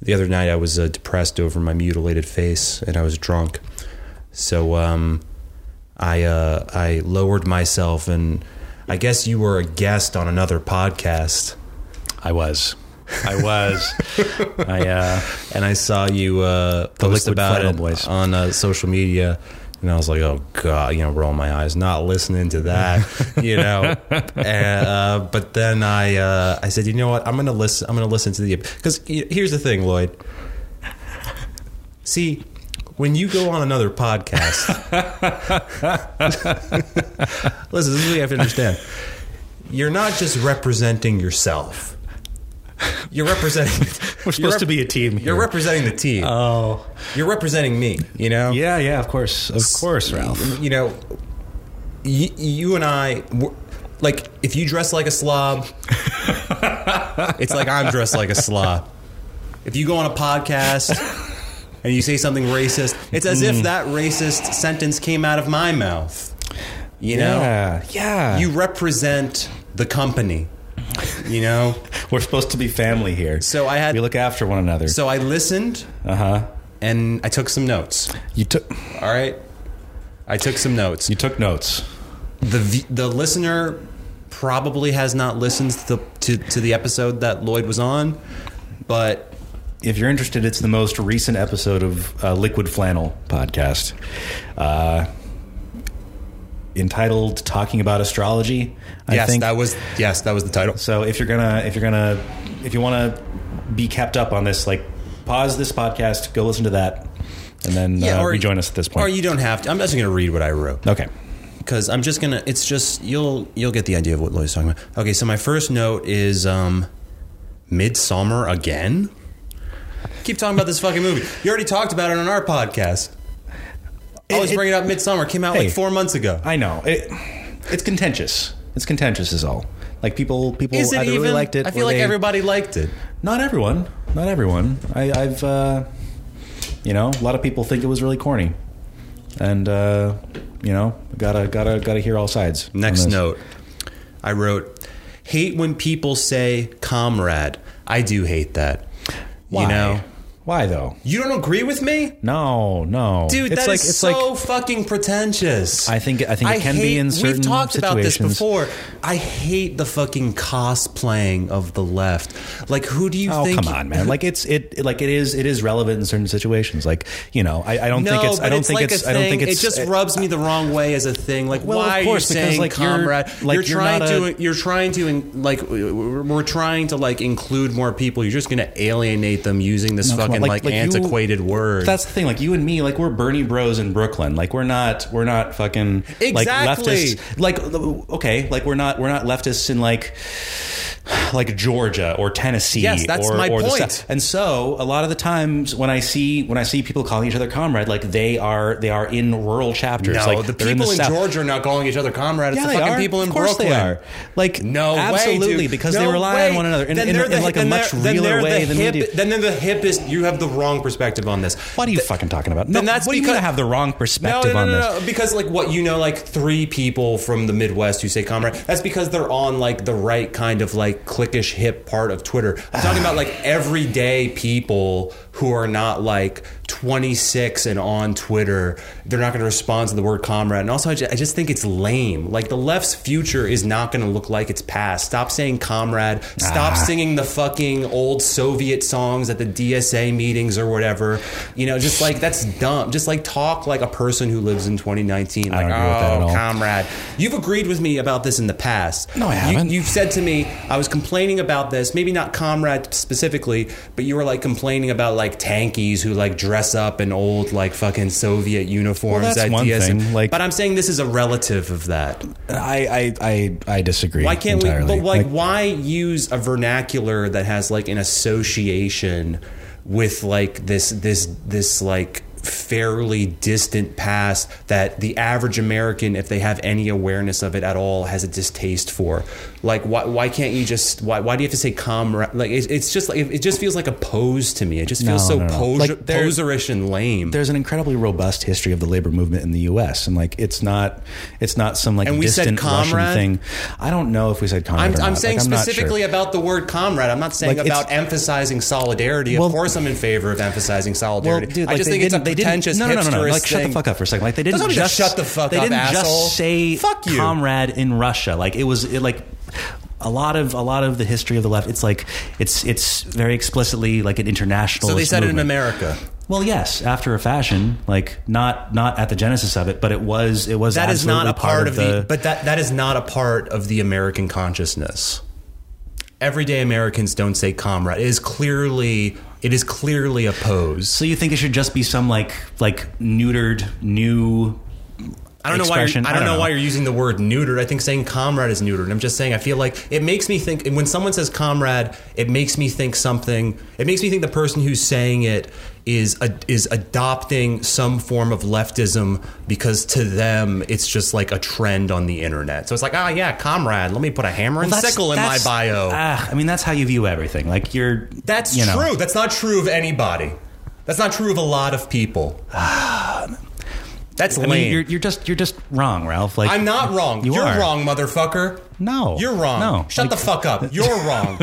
Speaker 1: the other night. I was uh, depressed over my mutilated face, and I was drunk. So, um, I uh, I lowered myself, and I guess you were a guest on another podcast,
Speaker 2: I was, I was, I uh,
Speaker 1: and I saw you uh, post
Speaker 2: Liquid
Speaker 1: about
Speaker 2: Flannel
Speaker 1: it
Speaker 2: Boys.
Speaker 1: on uh, social media. And I was like, "Oh God!" You know, roll my eyes, not listening to that, you know. and, uh, but then I, uh, I said, "You know what? I'm gonna listen. I'm gonna listen to the because here's the thing, Lloyd. See, when you go on another podcast, listen, this is what you have to understand. You're not just representing yourself. You're representing.
Speaker 2: we're
Speaker 1: you're
Speaker 2: supposed
Speaker 1: rep-
Speaker 2: to be a team. Here.
Speaker 1: You're representing the team.
Speaker 2: oh,
Speaker 1: you're representing me. You know.
Speaker 2: yeah, yeah. Of course, of course, Ralph.
Speaker 1: You know, you, you and I, we're- like if you dress like a slob, it's like I'm dressed like a slob. If you go on a podcast and you say something racist, it's as
Speaker 2: Mm.
Speaker 1: if that racist sentence came out of my mouth. You know,
Speaker 2: yeah, yeah.
Speaker 1: you represent the company. You know,
Speaker 2: We're supposed to be family here.
Speaker 1: so I had
Speaker 2: we look after one another.
Speaker 1: so I listened
Speaker 2: uh huh.
Speaker 1: and I took some notes.
Speaker 2: You took
Speaker 1: All right, I took some notes.
Speaker 2: you took notes.
Speaker 1: the v- the listener probably has not listened to, to to the episode that Lloyd was on, but
Speaker 2: If you're interested, it's the most recent episode of uh, Liquid Flannel podcast, uh, entitled "Talking About Astrology." I
Speaker 1: yes,
Speaker 2: think
Speaker 1: that was yes, that was the title.
Speaker 2: So if you're gonna if you're gonna if you want to be kept up on this, like pause this podcast, go listen to that, and then uh, rejoin us at this point.
Speaker 1: Or you don't have to. I'm just going to read what I wrote.
Speaker 2: okay.
Speaker 1: because I'm just gonna. It's just you'll you'll get the idea of what Lloyd's talking about. Okay, so my first note is um, Midsummer again. Keep talking about this fucking movie. You already talked about it on our podcast. Always
Speaker 2: It- it-
Speaker 1: bring it up. Midsummer came out
Speaker 2: Hey.
Speaker 1: like four months ago.
Speaker 2: I know it. It's contentious. It's contentious is all. Like people people
Speaker 1: Is it
Speaker 2: either
Speaker 1: even?
Speaker 2: really liked it.
Speaker 1: I feel
Speaker 2: or
Speaker 1: like
Speaker 2: they-
Speaker 1: everybody liked it.
Speaker 2: Not everyone. Not everyone. I, I've, uh, you know, a lot of people think it was really corny, and uh, you know, gotta gotta gotta hear all sides. on
Speaker 1: Next
Speaker 2: this.
Speaker 1: note, I wrote, "Hate when people say comrade." I do hate that.
Speaker 2: Why?
Speaker 1: You know,
Speaker 2: Why though?
Speaker 1: you don't agree with me,
Speaker 2: No, no,
Speaker 1: dude.
Speaker 2: It's
Speaker 1: that is
Speaker 2: like it's
Speaker 1: so
Speaker 2: like
Speaker 1: fucking pretentious.
Speaker 2: I think I think it can be in certain
Speaker 1: We've talked
Speaker 2: situations.
Speaker 1: about this before. I hate the fucking cosplaying of the left. Like, who do you
Speaker 2: Oh
Speaker 1: think?
Speaker 2: come on, man! Like it's it like it is it is relevant in certain situations. Like you know, I, I don't
Speaker 1: No,
Speaker 2: think it's
Speaker 1: but
Speaker 2: I don't
Speaker 1: it's
Speaker 2: think
Speaker 1: like
Speaker 2: it's
Speaker 1: a
Speaker 2: I don't
Speaker 1: thing-
Speaker 2: think it's
Speaker 1: it just rubs me the wrong way as a thing. Like,
Speaker 2: Well, of
Speaker 1: why
Speaker 2: course,
Speaker 1: are you
Speaker 2: because,
Speaker 1: saying
Speaker 2: like, you're-
Speaker 1: comrade?
Speaker 2: like, you're
Speaker 1: trying
Speaker 2: not
Speaker 1: to,
Speaker 2: a-
Speaker 1: you're trying to, in- like, we're we're trying to like include more people. You're just going to alienate them using this
Speaker 2: No, come on.
Speaker 1: fucking
Speaker 2: Like-
Speaker 1: like,
Speaker 2: like you-
Speaker 1: antiquated word.
Speaker 2: That's the thing. Like you and me, like we're Bernie Bros in Brooklyn. Like we're not, we're not fucking like
Speaker 1: Exactly.
Speaker 2: leftists. Like okay, like we're not, we're not leftists in like like Georgia or Tennessee.
Speaker 1: Yes, that's
Speaker 2: or,
Speaker 1: my
Speaker 2: or the
Speaker 1: point.
Speaker 2: South. and so a lot of the times when I see when I see people calling each other comrade, like they are they are in rural chapters.
Speaker 1: no,
Speaker 2: like
Speaker 1: the
Speaker 2: they're in
Speaker 1: people in,
Speaker 2: South.
Speaker 1: Georgia are not calling each other comrade.
Speaker 2: Yeah,
Speaker 1: it's
Speaker 2: they
Speaker 1: the fucking
Speaker 2: are.
Speaker 1: people in
Speaker 2: of course
Speaker 1: Brooklyn.
Speaker 2: They are. Like
Speaker 1: No way,
Speaker 2: absolutely
Speaker 1: dude.
Speaker 2: because they
Speaker 1: No
Speaker 2: rely
Speaker 1: way.
Speaker 2: on one another in,
Speaker 1: Then
Speaker 2: in,
Speaker 1: they're
Speaker 2: in
Speaker 1: the-
Speaker 2: like a
Speaker 1: then
Speaker 2: much
Speaker 1: they're- then
Speaker 2: realer
Speaker 1: they're the
Speaker 2: way than we
Speaker 1: hip-
Speaker 2: do.
Speaker 1: Then they're the hippest. You have the wrong perspective on this.
Speaker 2: What are you fucking talking about? No,
Speaker 1: then that's
Speaker 2: what do you mean
Speaker 1: because-
Speaker 2: I have the wrong
Speaker 1: No, no,
Speaker 2: perspective
Speaker 1: no,
Speaker 2: on this?
Speaker 1: no, no. Because like what you know, like three people from the Midwest who say comrade. That's because they're on like the right kind of like cliquish hip part of Twitter. I'm talking about like everyday people who are not like 26 and on Twitter. They're not going to respond to the word comrade. And also, I just, I just think it's lame. Like the left's future is not going to look like its past. Stop saying comrade.
Speaker 2: Ah.
Speaker 1: Stop singing the fucking old Soviet songs at the DSA meetings or whatever. You know, just like that's dumb. Just like talk like a person who lives in 2019. Like,
Speaker 2: don't agree with that at
Speaker 1: oh,
Speaker 2: all."
Speaker 1: comrade, you've agreed with me about this in the past.
Speaker 2: No, I
Speaker 1: You-
Speaker 2: haven't.
Speaker 1: you've said to me, I was complaining about this. Maybe not comrade specifically, but you were like complaining about like tankies who like dress up in old like fucking Soviet uniforms.
Speaker 2: that's
Speaker 1: at
Speaker 2: one
Speaker 1: DSA.
Speaker 2: thing, like-
Speaker 1: but I'm saying this is a relative of that.
Speaker 2: I I I, I disagree.
Speaker 1: Why can't
Speaker 2: entirely.
Speaker 1: we? But like, why use a vernacular that has like an association with like this this this like fairly distant past that the average American, if they have any awareness of it at all, has a distaste for? Like, why why can't you just why why do you have to say comrade? Like, it, it's just like it just feels like a pose to me. It just feels
Speaker 2: No,
Speaker 1: so
Speaker 2: no, no.
Speaker 1: pose-
Speaker 2: Like, there-
Speaker 1: poserish and lame.
Speaker 2: there's an incredibly robust history of the labor movement in the U.S. and like it's not it's not some like
Speaker 1: And we said
Speaker 2: distant Russian
Speaker 1: comrade?
Speaker 2: thing. I don't know if we said comrade.
Speaker 1: I'm,
Speaker 2: or
Speaker 1: I'm
Speaker 2: not.
Speaker 1: saying
Speaker 2: Like, I'm not sure.
Speaker 1: specifically about the word comrade. I'm not saying
Speaker 2: Like, it's-
Speaker 1: about emphasizing solidarity.
Speaker 2: Well-
Speaker 1: of course, I'm in favor of emphasizing solidarity. I
Speaker 2: like,
Speaker 1: just
Speaker 2: they
Speaker 1: think it's a
Speaker 2: didn't- they didn't-
Speaker 1: pretentious
Speaker 2: No, no, no, no, no.
Speaker 1: hipsterist
Speaker 2: Like, shut the
Speaker 1: thing.
Speaker 2: fuck up for a second. Like, they didn't
Speaker 1: Doesn't mean to
Speaker 2: just
Speaker 1: shut the fuck
Speaker 2: they
Speaker 1: up,
Speaker 2: didn't
Speaker 1: asshole.
Speaker 2: just say
Speaker 1: Fuck you.
Speaker 2: comrade in Russia. Like, it was it, like a lot of a lot of the history of the left. It's like it's it's very explicitly like an international.
Speaker 1: So they said it in
Speaker 2: movement.
Speaker 1: America.
Speaker 2: Well, yes, after a fashion, like not not at the genesis of it, but it was it was
Speaker 1: That is
Speaker 2: absolutely
Speaker 1: not a part, of the,
Speaker 2: the.
Speaker 1: But that that is not a part of the American consciousness. Everyday Americans don't say comrade. It is clearly it is clearly a pose.
Speaker 2: so you think it should just be some like like neutered new
Speaker 1: I don't know why. You're, I,
Speaker 2: expression.
Speaker 1: don't know, why you're using the word neutered. I think saying comrade is neutered. And I'm just saying. I feel like it makes me think. When someone says comrade, it makes me think something. It makes me think the person who's saying it is a, is adopting some form of leftism because to them it's just like a trend on the internet. So it's like, ah, yeah, comrade. Let me put a hammer and
Speaker 2: That's-
Speaker 1: sickle in my
Speaker 2: that's-
Speaker 1: bio.
Speaker 2: Ah, I mean, that's how you view everything. Like you're.
Speaker 1: That's
Speaker 2: you know.
Speaker 1: true. That's not true of anybody. That's not true of a lot of people. That's
Speaker 2: I
Speaker 1: lame.
Speaker 2: mean, you're, you're just you're just wrong, Ralph. Like
Speaker 1: I'm not wrong.
Speaker 2: You
Speaker 1: You are
Speaker 2: are.
Speaker 1: wrong, motherfucker.
Speaker 2: No,
Speaker 1: You're wrong.
Speaker 2: No,
Speaker 1: Shut the fuck up. You're wrong.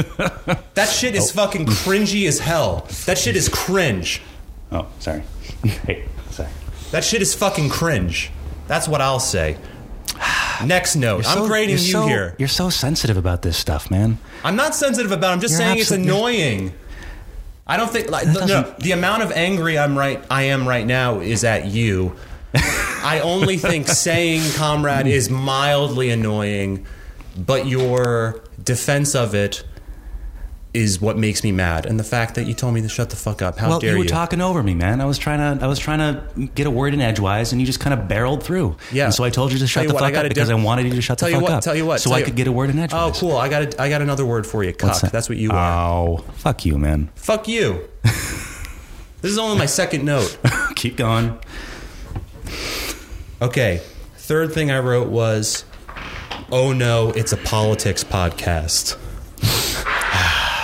Speaker 1: that shit is fucking cringy as hell. That shit is cringe.
Speaker 2: the. Oh, sorry. hey, sorry.
Speaker 1: That shit is fucking cringe. That's what I'll say. Next note. I'm
Speaker 2: So-
Speaker 1: grading
Speaker 2: you're
Speaker 1: you
Speaker 2: so-
Speaker 1: here.
Speaker 2: You're so sensitive about this stuff, man.
Speaker 1: I'm not sensitive about. it. I'm just
Speaker 2: You're
Speaker 1: saying
Speaker 2: absolute-
Speaker 1: it's
Speaker 2: you're-
Speaker 1: annoying. I don't think like no, no,
Speaker 2: doesn't-
Speaker 1: the amount of angry I'm right I am right now is at you. I only think saying comrade is mildly annoying, but your defense of it is what makes me mad. And the fact that you told me to shut the fuck up. How
Speaker 2: Well,
Speaker 1: dare
Speaker 2: you
Speaker 1: you?
Speaker 2: were talking over me, man. I was trying to I was trying to get a word in edgewise, and you just kind of barreled through.
Speaker 1: Yeah.
Speaker 2: And so I told you to shut
Speaker 1: Tell you
Speaker 2: the
Speaker 1: what, I
Speaker 2: fuck up
Speaker 1: gotta
Speaker 2: because
Speaker 1: do-
Speaker 2: I wanted you to shut
Speaker 1: tell
Speaker 2: the
Speaker 1: you
Speaker 2: fuck
Speaker 1: what,
Speaker 2: up.
Speaker 1: tell you what.
Speaker 2: So
Speaker 1: tell
Speaker 2: I
Speaker 1: you-
Speaker 2: could get a word in
Speaker 1: Oh,
Speaker 2: edgewise.
Speaker 1: cool. I got a, I got another word for you. Cuck. That's what you are.
Speaker 2: Oh, fuck you, man.
Speaker 1: Fuck you. this is only my second note.
Speaker 2: Keep going.
Speaker 1: Okay. Third thing I wrote was, oh no, it's a politics podcast.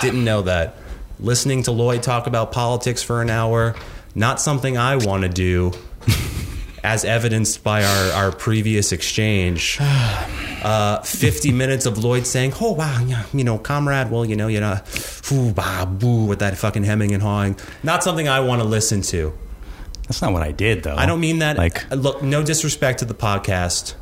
Speaker 1: Didn't know that. Listening to Lloyd talk about politics for an hour, not something I want to do, as evidenced by our, our previous exchange. Uh, 50 minutes of Lloyd saying, oh, wow, yeah, you know, comrade, well, you know, you know, foo, bah, boo, with that fucking hemming and hawing. Not something I want to listen to.
Speaker 2: That's not what I did, though.
Speaker 1: I don't mean that.
Speaker 2: Like
Speaker 1: uh, look, no disrespect to the podcast.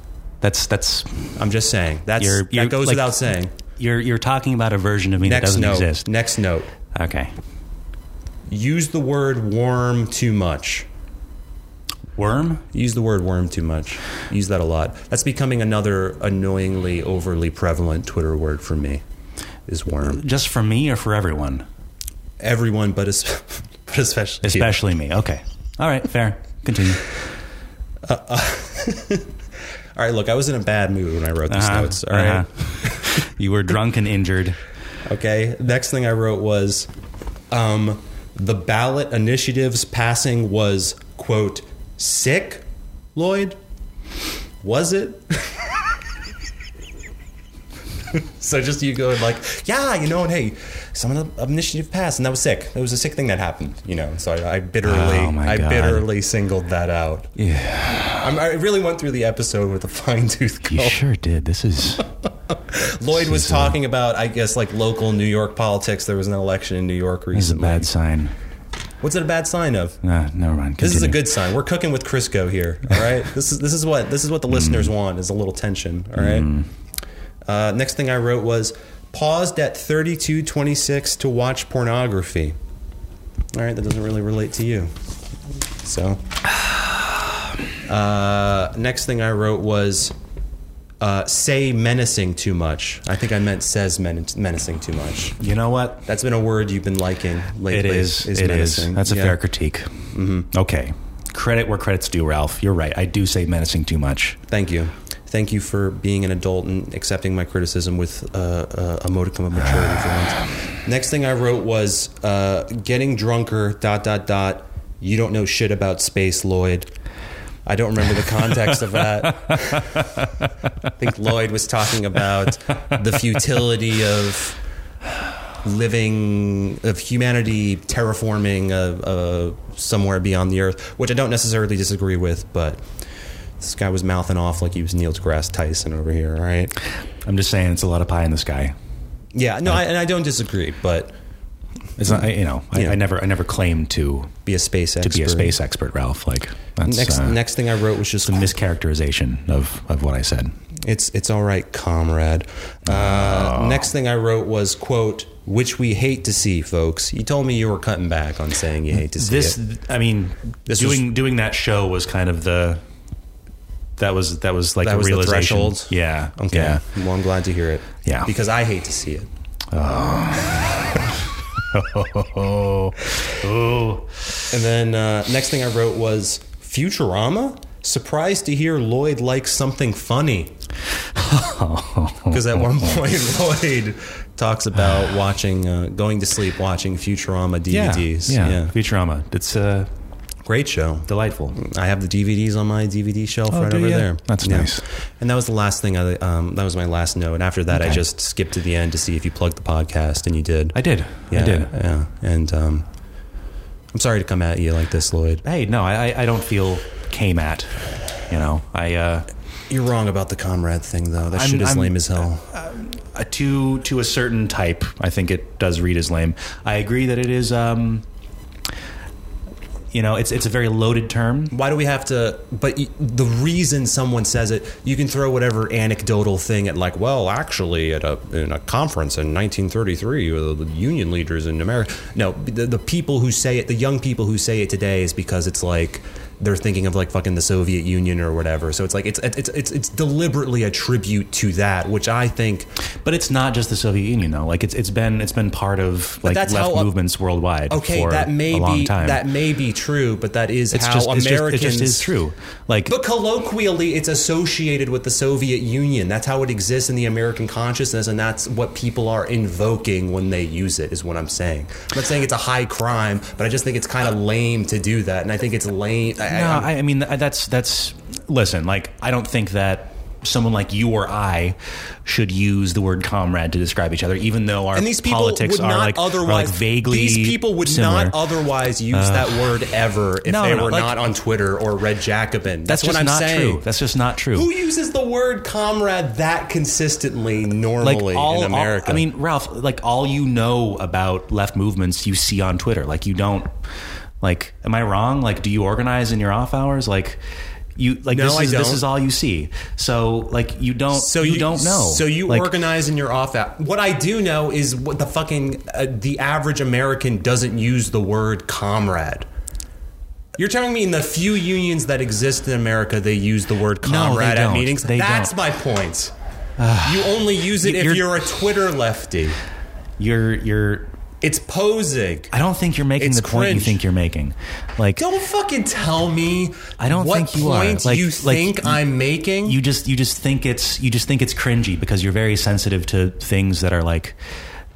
Speaker 2: that's that's
Speaker 1: I'm just saying that's
Speaker 2: You're- you're,
Speaker 1: that goes
Speaker 2: like,
Speaker 1: without saying.
Speaker 2: you're you're talking about a version of me that
Speaker 1: Next
Speaker 2: doesn't
Speaker 1: note.
Speaker 2: exist.
Speaker 1: Next note.
Speaker 2: Okay.
Speaker 1: Use the word worm too much.
Speaker 2: Worm.
Speaker 1: Use the word worm too much. Use that a lot. That's becoming another annoyingly overly prevalent Twitter word for me. Is worm.
Speaker 2: Just for me or for everyone?
Speaker 1: Everyone, but, es- but especially you.
Speaker 2: Especially me. Okay. All right. Fair. Continue.
Speaker 1: All right, look, I was in a bad mood when I wrote these
Speaker 2: Uh-huh.
Speaker 1: notes. All right.
Speaker 2: Uh-huh. you were drunk and injured.
Speaker 1: Okay. Next thing I wrote was um, the ballot initiatives passing was, quote, sick, Lloyd? Was it? so just you going like, yeah, you know, and hey, some of the initiative passed, and that was sick. It was a sick thing that happened, you know. So I, I bitterly,
Speaker 2: Oh, my
Speaker 1: I
Speaker 2: God.
Speaker 1: bitterly singled that out.
Speaker 2: Yeah.
Speaker 1: I'm, I really went through the episode with a fine tooth comb.
Speaker 2: You sure did. This is
Speaker 1: Lloyd was
Speaker 2: She's, uh,
Speaker 1: talking about, I guess, like local New York politics. There was an election in New York
Speaker 2: this is a
Speaker 1: recently.
Speaker 2: bad sign.
Speaker 1: What's it a bad sign of?
Speaker 2: Uh, never mind.
Speaker 1: This is a
Speaker 2: Continue.
Speaker 1: good sign. We're cooking with Crisco here. All right. this is this is what this is
Speaker 2: Mm.
Speaker 1: what the listeners want is a little tension. All right. Uh, next thing I wrote was paused at thirty two twenty six to watch pornography. All right, that doesn't really relate to you. So, uh, next thing I wrote was uh, say menacing too much. I think I meant says men- menacing too much.
Speaker 2: You know what?
Speaker 1: That's been a word you've been liking
Speaker 2: It
Speaker 1: lately.
Speaker 2: is. It is.
Speaker 1: menacing.
Speaker 2: That's a
Speaker 1: Yeah.
Speaker 2: fair critique. Okay. Credit where credit's due, Ralph. You're right. I do say menacing too much.
Speaker 1: Thank you. Thank you for being an adult and accepting my criticism with uh, uh, a modicum of maturity for once. Next thing I wrote was uh, getting drunker, dot, dot, dot. You don't know shit about space, Lloyd. I don't remember the context of that. I think Lloyd was talking about the futility of living of humanity terraforming uh, uh, somewhere beyond the earth, which I don't necessarily disagree with, but this guy was mouthing off like he was Neil deGrasse Tyson over here, all right?
Speaker 2: I'm just saying it's a lot of pie in the sky.
Speaker 1: Yeah, no, I, and I don't disagree, but
Speaker 2: It's not. I- You know. I,
Speaker 1: Yeah.
Speaker 2: I never. I never claimed to
Speaker 1: be a space expert.
Speaker 2: be a space expert, Ralph. Like that's
Speaker 1: Next,
Speaker 2: uh,
Speaker 1: next thing I wrote was just
Speaker 2: mischaracterization of of what I said.
Speaker 1: it's it's all right, comrade. Uh,
Speaker 2: Oh.
Speaker 1: Next thing I wrote was quote, which we hate to see, folks. You told me you were cutting back on saying you hate to see
Speaker 2: this
Speaker 1: it.
Speaker 2: i mean
Speaker 1: This
Speaker 2: doing doing that show was kind of the that was that was like
Speaker 1: That
Speaker 2: a
Speaker 1: was the
Speaker 2: realization
Speaker 1: threshold?
Speaker 2: yeah
Speaker 1: Okay,
Speaker 2: yeah.
Speaker 1: well, I'm glad to hear it.
Speaker 2: Yeah.
Speaker 1: because I hate to see it.
Speaker 2: oh oh
Speaker 1: And then uh, next thing I wrote was Futurama. Surprised to hear Lloyd likes something funny. Because at one point, Lloyd talks about watching, uh, going to sleep watching Futurama
Speaker 2: Yeah,
Speaker 1: DVDs.
Speaker 2: yeah, Futurama. It's uh,
Speaker 1: Great show.
Speaker 2: delightful.
Speaker 1: I have the DVDs on my DVD shelf
Speaker 2: Oh,
Speaker 1: right
Speaker 2: do
Speaker 1: over
Speaker 2: ya?
Speaker 1: there.
Speaker 2: That's nice.
Speaker 1: And that was the last thing I, um, that was my last note. After that, I
Speaker 2: Okay.
Speaker 1: just skipped to the end to see if you plugged the podcast, and you did.
Speaker 2: I did.
Speaker 1: yeah,
Speaker 2: I did.
Speaker 1: Yeah. And um, I'm sorry to come at you like this, Lloyd.
Speaker 2: Hey, no, I, I- I don't feel came at. You know, I uh,
Speaker 1: You're wrong about the comrade thing, though. That
Speaker 2: I'm-
Speaker 1: shit is
Speaker 2: I'm-
Speaker 1: lame as hell.
Speaker 2: uh, to to a certain type, I think it does read as lame. I agree that it is. Um, you know, it's it's a very loaded term.
Speaker 1: Why do we have to? But y- the reason someone says it, you can throw whatever anecdotal thing at, like, well, actually, at a in a conference in 1933, with the union leaders in America. No, the, the people who say it, the young people who say it today, is because it's like they're thinking of like fucking the Soviet Union or whatever. So it's like it's it's it's it's deliberately a tribute to that, which I think
Speaker 2: But it's not just the Soviet Union, though. Like it's it's been it's been part of like
Speaker 1: that's
Speaker 2: left
Speaker 1: how, uh,
Speaker 2: movements worldwide.
Speaker 1: okay,
Speaker 2: for
Speaker 1: that may
Speaker 2: a long
Speaker 1: be
Speaker 2: time.
Speaker 1: that may be true, but that is
Speaker 2: it's
Speaker 1: how
Speaker 2: just, it's just-
Speaker 1: Americans
Speaker 2: it just is true. Like
Speaker 1: But colloquially, it's associated with the Soviet Union. That's how it exists in the American consciousness, and that's what people are invoking when they use it, is what I'm saying. I'm not saying it's a high crime, but I just think it's kind of lame to do that. And I think it's lame. I,
Speaker 2: No,
Speaker 1: I,
Speaker 2: I, I mean th- that's that's. Listen, like I don't think that someone like you or I should use the word comrade to describe each other, even though our
Speaker 1: and these people
Speaker 2: politics
Speaker 1: would
Speaker 2: are
Speaker 1: not
Speaker 2: like, are,
Speaker 1: otherwise
Speaker 2: like vaguely
Speaker 1: These people would
Speaker 2: similar. Uh,
Speaker 1: not otherwise use that word ever if
Speaker 2: no,
Speaker 1: they
Speaker 2: no,
Speaker 1: were
Speaker 2: like-
Speaker 1: not on Twitter or Red Jacobin. That's,
Speaker 2: that's just
Speaker 1: what I'm
Speaker 2: not
Speaker 1: saying.
Speaker 2: true. That's just not true.
Speaker 1: Who uses the word comrade that consistently
Speaker 2: like
Speaker 1: normally
Speaker 2: all,
Speaker 1: in America?
Speaker 2: all- I mean, Ralph, like all you know about left movements, you see on Twitter. Like you don't. Like, am I wrong? Like, do you organize in your off hours? Like, you like
Speaker 1: No,
Speaker 2: this
Speaker 1: I
Speaker 2: is this
Speaker 1: don't.
Speaker 2: is all you see. So like you don't
Speaker 1: So
Speaker 2: you, don't know.
Speaker 1: So you
Speaker 2: like,
Speaker 1: organize in your off hour. What I do know is what the fucking uh, the average American doesn't use the word comrade. You're telling me in the few unions that exist in America they use the word
Speaker 2: they
Speaker 1: comrade at
Speaker 2: don't.
Speaker 1: meetings?
Speaker 2: They
Speaker 1: That's
Speaker 2: don't.
Speaker 1: my point. you only use it if
Speaker 2: You're-
Speaker 1: you're, a Twitter lefty.
Speaker 2: you're you're
Speaker 1: It's posing.
Speaker 2: I don't think you're making
Speaker 1: It's
Speaker 2: the point
Speaker 1: cringe.
Speaker 2: you think you're making. Like
Speaker 1: Don't fucking tell me
Speaker 2: I don't
Speaker 1: what
Speaker 2: think you are.
Speaker 1: point
Speaker 2: Like-
Speaker 1: you
Speaker 2: like,
Speaker 1: think
Speaker 2: y-
Speaker 1: I'm making.
Speaker 2: you just you just think it's you just think it's cringy because you're very sensitive to things that are like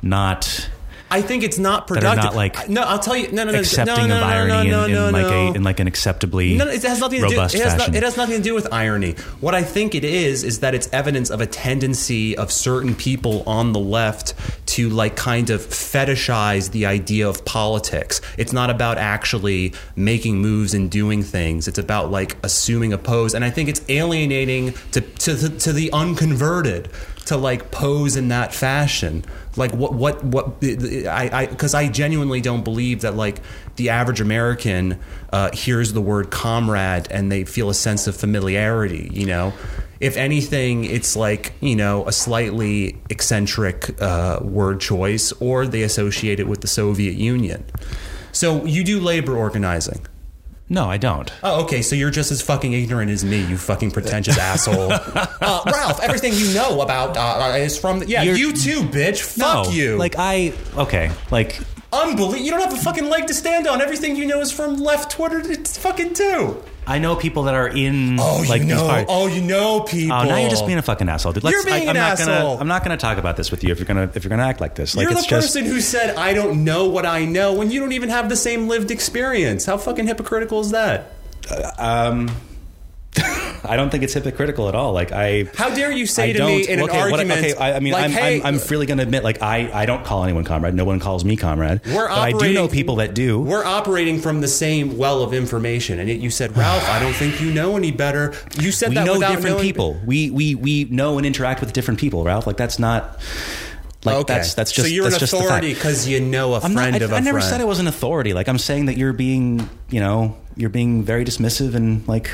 Speaker 2: not
Speaker 1: I think it's not
Speaker 2: are
Speaker 1: productive.
Speaker 2: not, like,
Speaker 1: no, I'll tell you. No, no, no, no,
Speaker 2: accepting
Speaker 1: no,
Speaker 2: of
Speaker 1: no,
Speaker 2: irony
Speaker 1: no,
Speaker 2: in, in
Speaker 1: no,
Speaker 2: like
Speaker 1: no.
Speaker 2: a in like an acceptably
Speaker 1: No, no, it has nothing to do. It
Speaker 2: robust
Speaker 1: has, not,
Speaker 2: fashion.
Speaker 1: it has nothing to do with irony. What I think it is is that it's evidence of a tendency of certain people on the left to like kind of fetishize the idea of politics. It's not about actually making moves and doing things. It's about like assuming a pose, and I think it's alienating to to the, to the unconverted to like pose in that fashion. Like what what what I I because I genuinely don't believe that like the average American uh, hears the word comrade and they feel a sense of familiarity. You know, if anything, it's like you know a slightly eccentric uh, word choice, or they associate it with the Soviet Union. So you do labor organizing.
Speaker 2: No, I don't.
Speaker 1: Oh, okay. So you're just as fucking ignorant as me, you fucking pretentious asshole. Uh, Ralph, everything you know about uh, is from. The, yeah,
Speaker 2: You're-
Speaker 1: you too, bitch. Fuck
Speaker 2: no,
Speaker 1: you.
Speaker 2: Like I okay, like
Speaker 1: unbelievable. You don't have a fucking leg to stand on. Everything you know is from left Twitter. It's fucking do.
Speaker 2: I know people that are in
Speaker 1: Oh,
Speaker 2: like
Speaker 1: you
Speaker 2: these
Speaker 1: know.
Speaker 2: parts.
Speaker 1: Oh, you know people.
Speaker 2: Oh, now you're just being a fucking asshole, dude. Let's,
Speaker 1: You're being
Speaker 2: I, I'm
Speaker 1: an
Speaker 2: not
Speaker 1: asshole.
Speaker 2: Gonna, I'm not going to talk about this with you if you're gonna if you're gonna act like this. Like
Speaker 1: You're
Speaker 2: it's
Speaker 1: the
Speaker 2: just
Speaker 1: person who said I don't know what I know when you don't even have the same lived experience. How fucking hypocritical is that?
Speaker 2: I don't think it's hypocritical at all. Like I,
Speaker 1: How dare you say
Speaker 2: I
Speaker 1: to
Speaker 2: don't,
Speaker 1: me in
Speaker 2: okay,
Speaker 1: an
Speaker 2: what-
Speaker 1: argument?
Speaker 2: okay, I, I mean,
Speaker 1: like,
Speaker 2: I'm,
Speaker 1: hey,
Speaker 2: I'm, I'm freely going to admit, like I, I don't call anyone comrade. No one calls me comrade.
Speaker 1: We're
Speaker 2: but I do
Speaker 1: operating-
Speaker 2: know people that do.
Speaker 1: We're operating from the same well of information, and yet you said, Ralph, I don't think you know any better. You said
Speaker 2: we
Speaker 1: that
Speaker 2: know
Speaker 1: without
Speaker 2: different
Speaker 1: knowing-
Speaker 2: people. We, we, we know and interact with different people, Ralph. Like that's not. Like
Speaker 1: Okay,
Speaker 2: that's that's just
Speaker 1: so you're
Speaker 2: that's
Speaker 1: an
Speaker 2: just the fact.
Speaker 1: authority because you know a
Speaker 2: I'm not,
Speaker 1: friend
Speaker 2: I,
Speaker 1: of a
Speaker 2: I never
Speaker 1: friend.
Speaker 2: said I was an authority. Like I'm saying that you're being, you know, you're being very dismissive and like,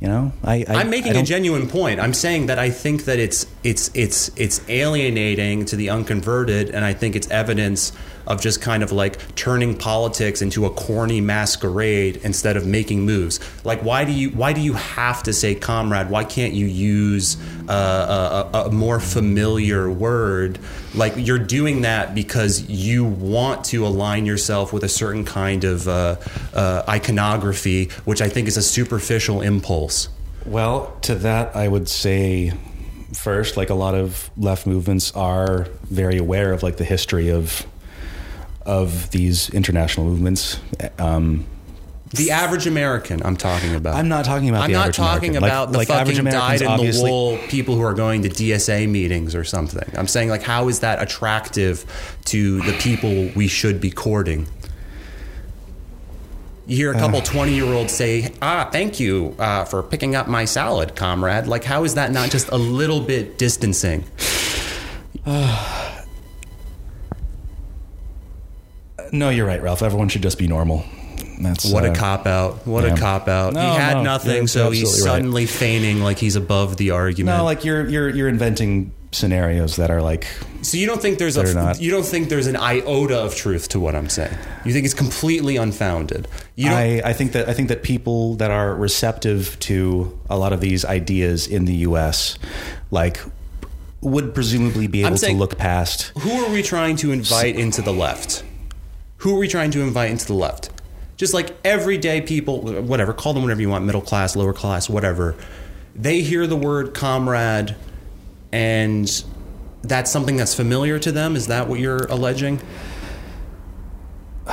Speaker 2: you know, I.
Speaker 1: I'm
Speaker 2: I I
Speaker 1: making a
Speaker 2: don't-
Speaker 1: genuine point. I'm saying that I think that it's it's it's it's alienating to the unconverted and i think it's evidence of just kind of like turning politics into a corny masquerade instead of making moves like why do you why do you have to say comrade why can't you use uh, a, a, a more familiar word like you're doing that because you want to align yourself with a certain kind of uh, uh, iconography which i think is a superficial impulse
Speaker 2: Well, to that, I would say first, like a lot of left movements are very aware of like the history of of these international movements. Um,
Speaker 1: the average american i'm talking about
Speaker 2: I'm not talking about.
Speaker 1: I'm
Speaker 2: the
Speaker 1: not
Speaker 2: average
Speaker 1: talking
Speaker 2: American. Like-
Speaker 1: about the
Speaker 2: like average
Speaker 1: fucking dyed
Speaker 2: Americans
Speaker 1: in the
Speaker 2: obviously-
Speaker 1: wool people who are going to DSA meetings or something. I'm saying like how is that attractive to the people we should be courting? You hear a
Speaker 2: Uh.
Speaker 1: couple 20 year olds say, "Ah, thank you uh, for picking up my salad, comrade." Like how is that not just a little bit distancing?
Speaker 2: No, you're right, Ralph. Everyone should just be normal. That's
Speaker 1: What
Speaker 2: uh,
Speaker 1: a cop out! What
Speaker 2: yeah.
Speaker 1: a cop out!
Speaker 2: No,
Speaker 1: he had
Speaker 2: no,
Speaker 1: nothing,
Speaker 2: you're
Speaker 1: so he's
Speaker 2: absolutely right.
Speaker 1: suddenly feigning like he's above the argument.
Speaker 2: No, like you're you're you're inventing scenarios that are like
Speaker 1: So you don't think there's a
Speaker 2: Better not.
Speaker 1: you don't think there's an iota of truth to what I'm saying. You think it's completely unfounded. You don't,
Speaker 2: I, I think that I think that people that are receptive to a lot of these ideas in the U.S. like would presumably be able
Speaker 1: saying-
Speaker 2: to look past.
Speaker 1: who are we trying to invite into the left? Who are we trying to invite into the left? Just like everyday people, whatever, call them whatever you want, middle class, lower class, whatever. They hear the word comrade and that's something that's familiar to them. Is that what you're alleging?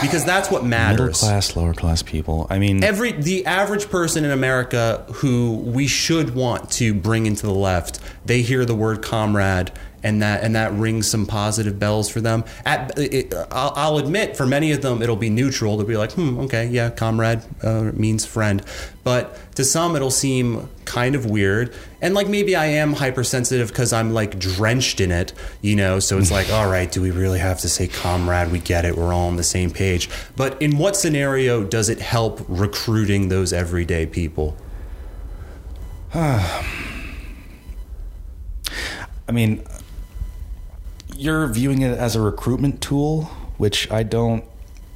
Speaker 1: Because that's what matters.
Speaker 2: Middle class, lower class people. I mean,
Speaker 1: every the average person in America who we should want to bring into the left, they hear the word comrade and that and that rings some positive bells for them. At it, I'll, I'll admit, for many of them, it'll be neutral. They'll be like, hmm, okay, yeah, comrade uh, means friend, but to some, it'll seem kind of weird. And like maybe I am hypersensitive because I'm like drenched in it, you know. So it's like, all right, do we really have to say comrade? We get it. We're all on the same page. But in what scenario does it help recruiting those everyday people?
Speaker 2: I mean, you're viewing it as a recruitment tool, which I don't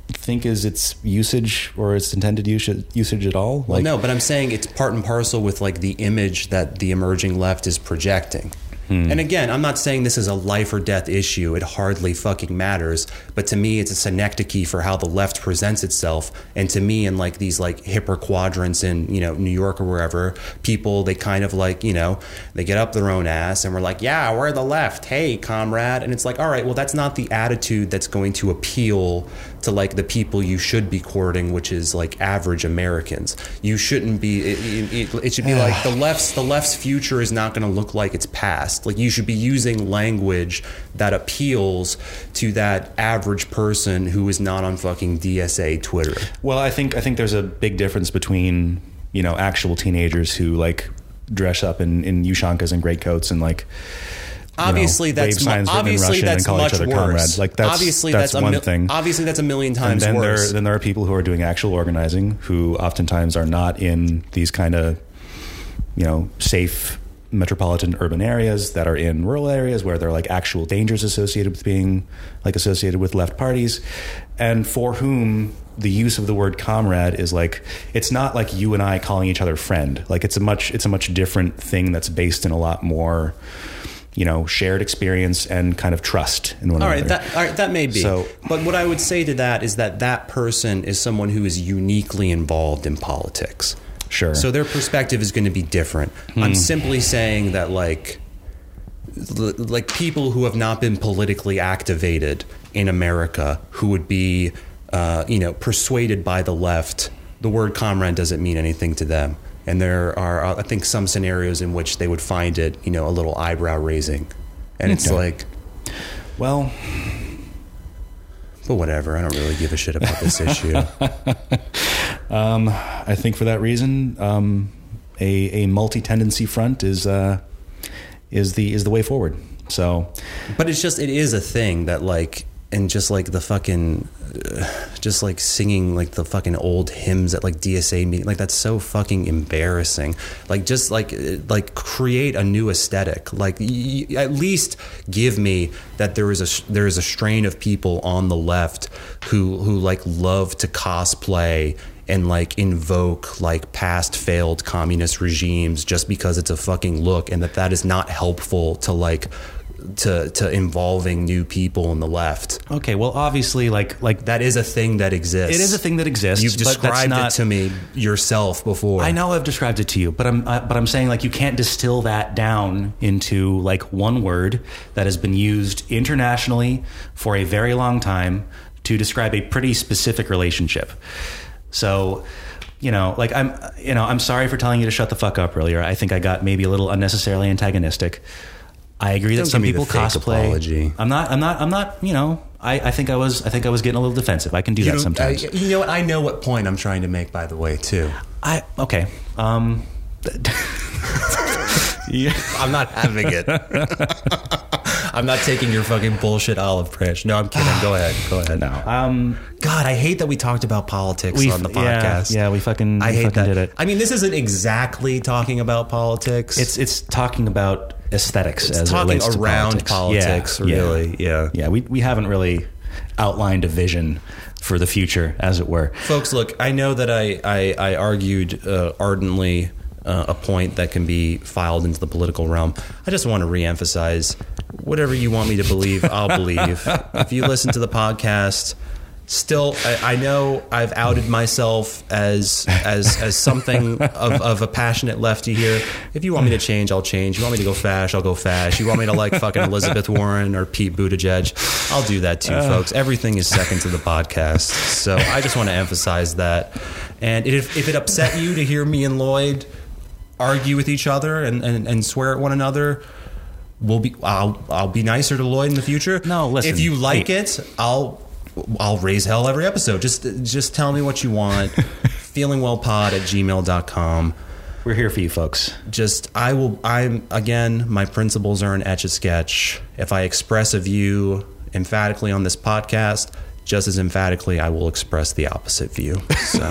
Speaker 2: think is its usage or its intended usage, usage at all. Like,
Speaker 1: No, but I'm saying it's part and parcel with like the image that the emerging left is projecting. And again, I'm not saying this is a life or death issue. It hardly fucking matters. But to me, it's a synecdoche for how the left presents itself. And to me, in like these like hipper quadrants in, you know, New York or wherever, people, they kind of like, you know, they get up their own ass and we're like, yeah, we're the left. Hey, comrade. And it's like, all right, well, that's not the attitude that's going to appeal to like the people you should be courting, which is like average Americans. You shouldn't be. It, it- it- it should be like the left's the left's future is not going to look like its past. Like you should be using language that appeals to that average person who is not on fucking DSA Twitter.
Speaker 2: Well, I think I think there's a big difference between you know actual teenagers who like dress up in in ushankas and greatcoats and like you know,
Speaker 1: Obviously,
Speaker 2: wave
Speaker 1: that's mu-
Speaker 2: signs written in
Speaker 1: obviously
Speaker 2: Russian
Speaker 1: that's
Speaker 2: and call
Speaker 1: much
Speaker 2: each other
Speaker 1: worse.
Speaker 2: comrades. Like that's
Speaker 1: obviously
Speaker 2: that's,
Speaker 1: a
Speaker 2: one
Speaker 1: mil-
Speaker 2: thing.
Speaker 1: Obviously, that's a million
Speaker 2: and
Speaker 1: times
Speaker 2: then
Speaker 1: worse.
Speaker 2: there then there are people who are doing actual organizing who oftentimes are not in these kind of you know safe metropolitan urban areas that are in rural areas where there are like actual dangers associated with being like associated with left parties and for whom the use of the word comrade is like it's not like you and I calling each other friend like it's a much it's a much different thing that's based in a lot more you know shared experience and kind of trust in one
Speaker 1: All right,
Speaker 2: another
Speaker 1: that, all right, that may be.
Speaker 2: So-
Speaker 1: but what I would say to that is that that person is someone who is uniquely involved in politics.
Speaker 2: sure
Speaker 1: So their perspective is going to be different. I'm simply saying that like l- like people who have not been politically activated in America who would be uh, you know persuaded by the left, the word comrade doesn't mean anything to them. And there are uh, I think some scenarios in which they would find it, you know, a little eyebrow raising. And it's
Speaker 2: Okay.
Speaker 1: like
Speaker 2: well
Speaker 1: but whatever, I don't really give a shit about this issue.
Speaker 2: I think for that reason, um, a a multi tendency front is uh, is the is the way forward. So
Speaker 1: But it's just it is a thing that like and just like the fucking uh, just like singing like the fucking old hymns at like DSA meeting. Like that's so fucking embarrassing. Like just like uh, like create a new aesthetic. Like y- y- at least give me that there is a s- there is a strain of people on the left who who like love to cosplay and like invoke like past failed communist regimes just because it's a fucking look and that that is not helpful to like to to involving new people on the left.
Speaker 2: Okay, well, obviously, like like
Speaker 1: That is a thing that exists.
Speaker 2: it is a thing that exists.
Speaker 1: You've
Speaker 2: but that's
Speaker 1: described
Speaker 2: not-
Speaker 1: it to me yourself before.
Speaker 2: I know I've described it to you, but I'm uh, but I'm saying like you can't distill that down into like one word that has been used internationally for a very long time to describe a pretty specific relationship. So, you know, like I'm you know, I'm sorry for telling you to shut the fuck up earlier. I think I got maybe a little unnecessarily antagonistic. I agree
Speaker 1: Don't
Speaker 2: that some
Speaker 1: give me the
Speaker 2: people
Speaker 1: fake
Speaker 2: cosplay.
Speaker 1: apology.
Speaker 2: I'm not I'm not I'm not, you know, I, I think I was I think I was getting a little defensive. I can do that sometimes.
Speaker 1: I- you know what? I know what point I'm trying to make, by the way, too.
Speaker 2: I okay. Um yeah.
Speaker 1: I'm not having it. I'm not taking your fucking bullshit olive branch. No, I'm kidding. Go ahead. Go ahead.
Speaker 2: No. Um,
Speaker 1: God, I hate that we talked about politics
Speaker 2: we
Speaker 1: on the
Speaker 2: yeah,
Speaker 1: podcast.
Speaker 2: Yeah, we fucking.
Speaker 1: I
Speaker 2: we
Speaker 1: hate
Speaker 2: fucking
Speaker 1: that.
Speaker 2: Did it.
Speaker 1: I mean, this isn't exactly talking about politics.
Speaker 2: It's it's talking about aesthetics
Speaker 1: It's
Speaker 2: as it
Speaker 1: talking
Speaker 2: relates to
Speaker 1: around politics,
Speaker 2: Yeah, yeah,
Speaker 1: really, yeah.
Speaker 2: yeah. We we haven't really outlined a vision for the future, as it were.
Speaker 1: folks look i know that i i, I argued uh, ardently uh, a point that can be filed into the political realm i just want to reemphasize whatever you want me to believe i'll believe if you listen to the podcast still I, I know i've outed myself as as as something of, of a passionate lefty here if you want me to change i'll change you want me to go fash i'll go fash you want me to like fucking elizabeth warren or pete buttigieg i'll do that too folks everything is second to the podcast so i just want to emphasize that and if, if it upset you to hear me and lloyd argue with each other and, and, and swear at one another We'll be. I'll. I'll be nicer to Lloyd in the future.
Speaker 2: No, listen,
Speaker 1: If you like
Speaker 2: hey.
Speaker 1: it, I'll. I'll raise hell every episode. Just. Just tell me what you want. Feelingwellpod at gmail.com.
Speaker 2: We're here for you, folks.
Speaker 1: Just. I will. I'm again. My principles are an etch a sketch. If I express a view emphatically on this podcast, just as emphatically, I will express the opposite view. So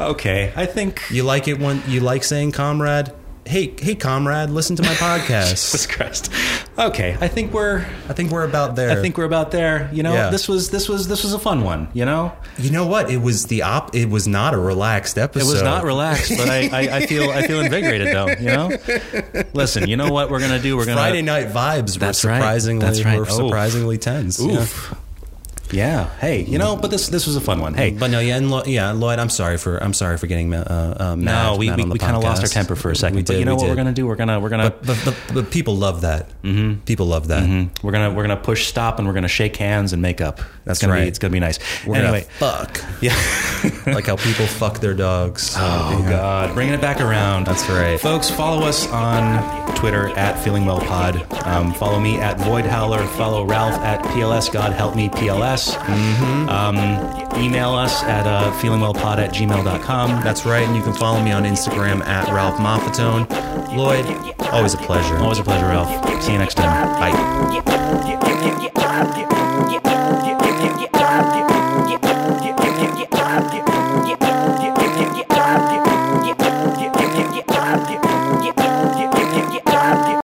Speaker 2: Okay, I think.
Speaker 1: you like it when you like saying comrade. Hey, hey, comrade, listen to my podcast.
Speaker 2: Jesus Christ. Okay, I think we're.
Speaker 1: I think we're about there.
Speaker 2: I think we're about there. You know,
Speaker 1: Yeah.
Speaker 2: this was this was this was a fun one. You know,
Speaker 1: You know what? It was the op. It was not a relaxed
Speaker 2: It
Speaker 1: episode.
Speaker 2: was not relaxed, but I, I, I feel I feel invigorated though. You know, listen. You know what we're gonna do? We're gonna
Speaker 1: Friday night vibes were
Speaker 2: That's right.
Speaker 1: surprisingly
Speaker 2: That's right.
Speaker 1: were
Speaker 2: Oh.
Speaker 1: surprisingly tense.
Speaker 2: Oof. Yeah. Hey, you know, but this this was a fun one.
Speaker 1: Yeah.
Speaker 2: Hey.
Speaker 1: But no, yeah, and Lo- yeah, Lloyd, I'm sorry for I'm sorry for getting ma- uh, uh, mad.
Speaker 2: No, we,
Speaker 1: mad
Speaker 2: we,
Speaker 1: on the
Speaker 2: we kind of lost our
Speaker 1: podcast.
Speaker 2: temper for a second.
Speaker 1: We
Speaker 2: but
Speaker 1: did,
Speaker 2: you know
Speaker 1: we
Speaker 2: what
Speaker 1: did.
Speaker 2: we're gonna do? We're gonna we're gonna
Speaker 1: But, but, but people love that. Mm-hmm. People love that.
Speaker 2: we're gonna we're gonna push stop and we're gonna shake hands and make up.
Speaker 1: That's
Speaker 2: it's gonna
Speaker 1: right.
Speaker 2: Be, it's gonna be nice.
Speaker 1: We're
Speaker 2: anyway,
Speaker 1: gonna fuck
Speaker 2: yeah.
Speaker 1: like how people fuck their dogs.
Speaker 2: Oh God, bringing it back around.
Speaker 1: That's right.
Speaker 2: folks. Follow us on Twitter at FeelingWellPod. Um, follow me at Void Howler. Follow Ralph at PLS. God help me PLS. Um, email us at uh, FeelingWellPod at gmail.com.
Speaker 1: That's right. And you can follow me on Instagram at Ralph Moffatone. Lloyd, always a pleasure.
Speaker 2: Always a pleasure, Ralph. See you next time.
Speaker 1: Bye.
Speaker 3: yeah, yeah, yeah, yeah, yeah, yeah, yeah, yeah, yeah.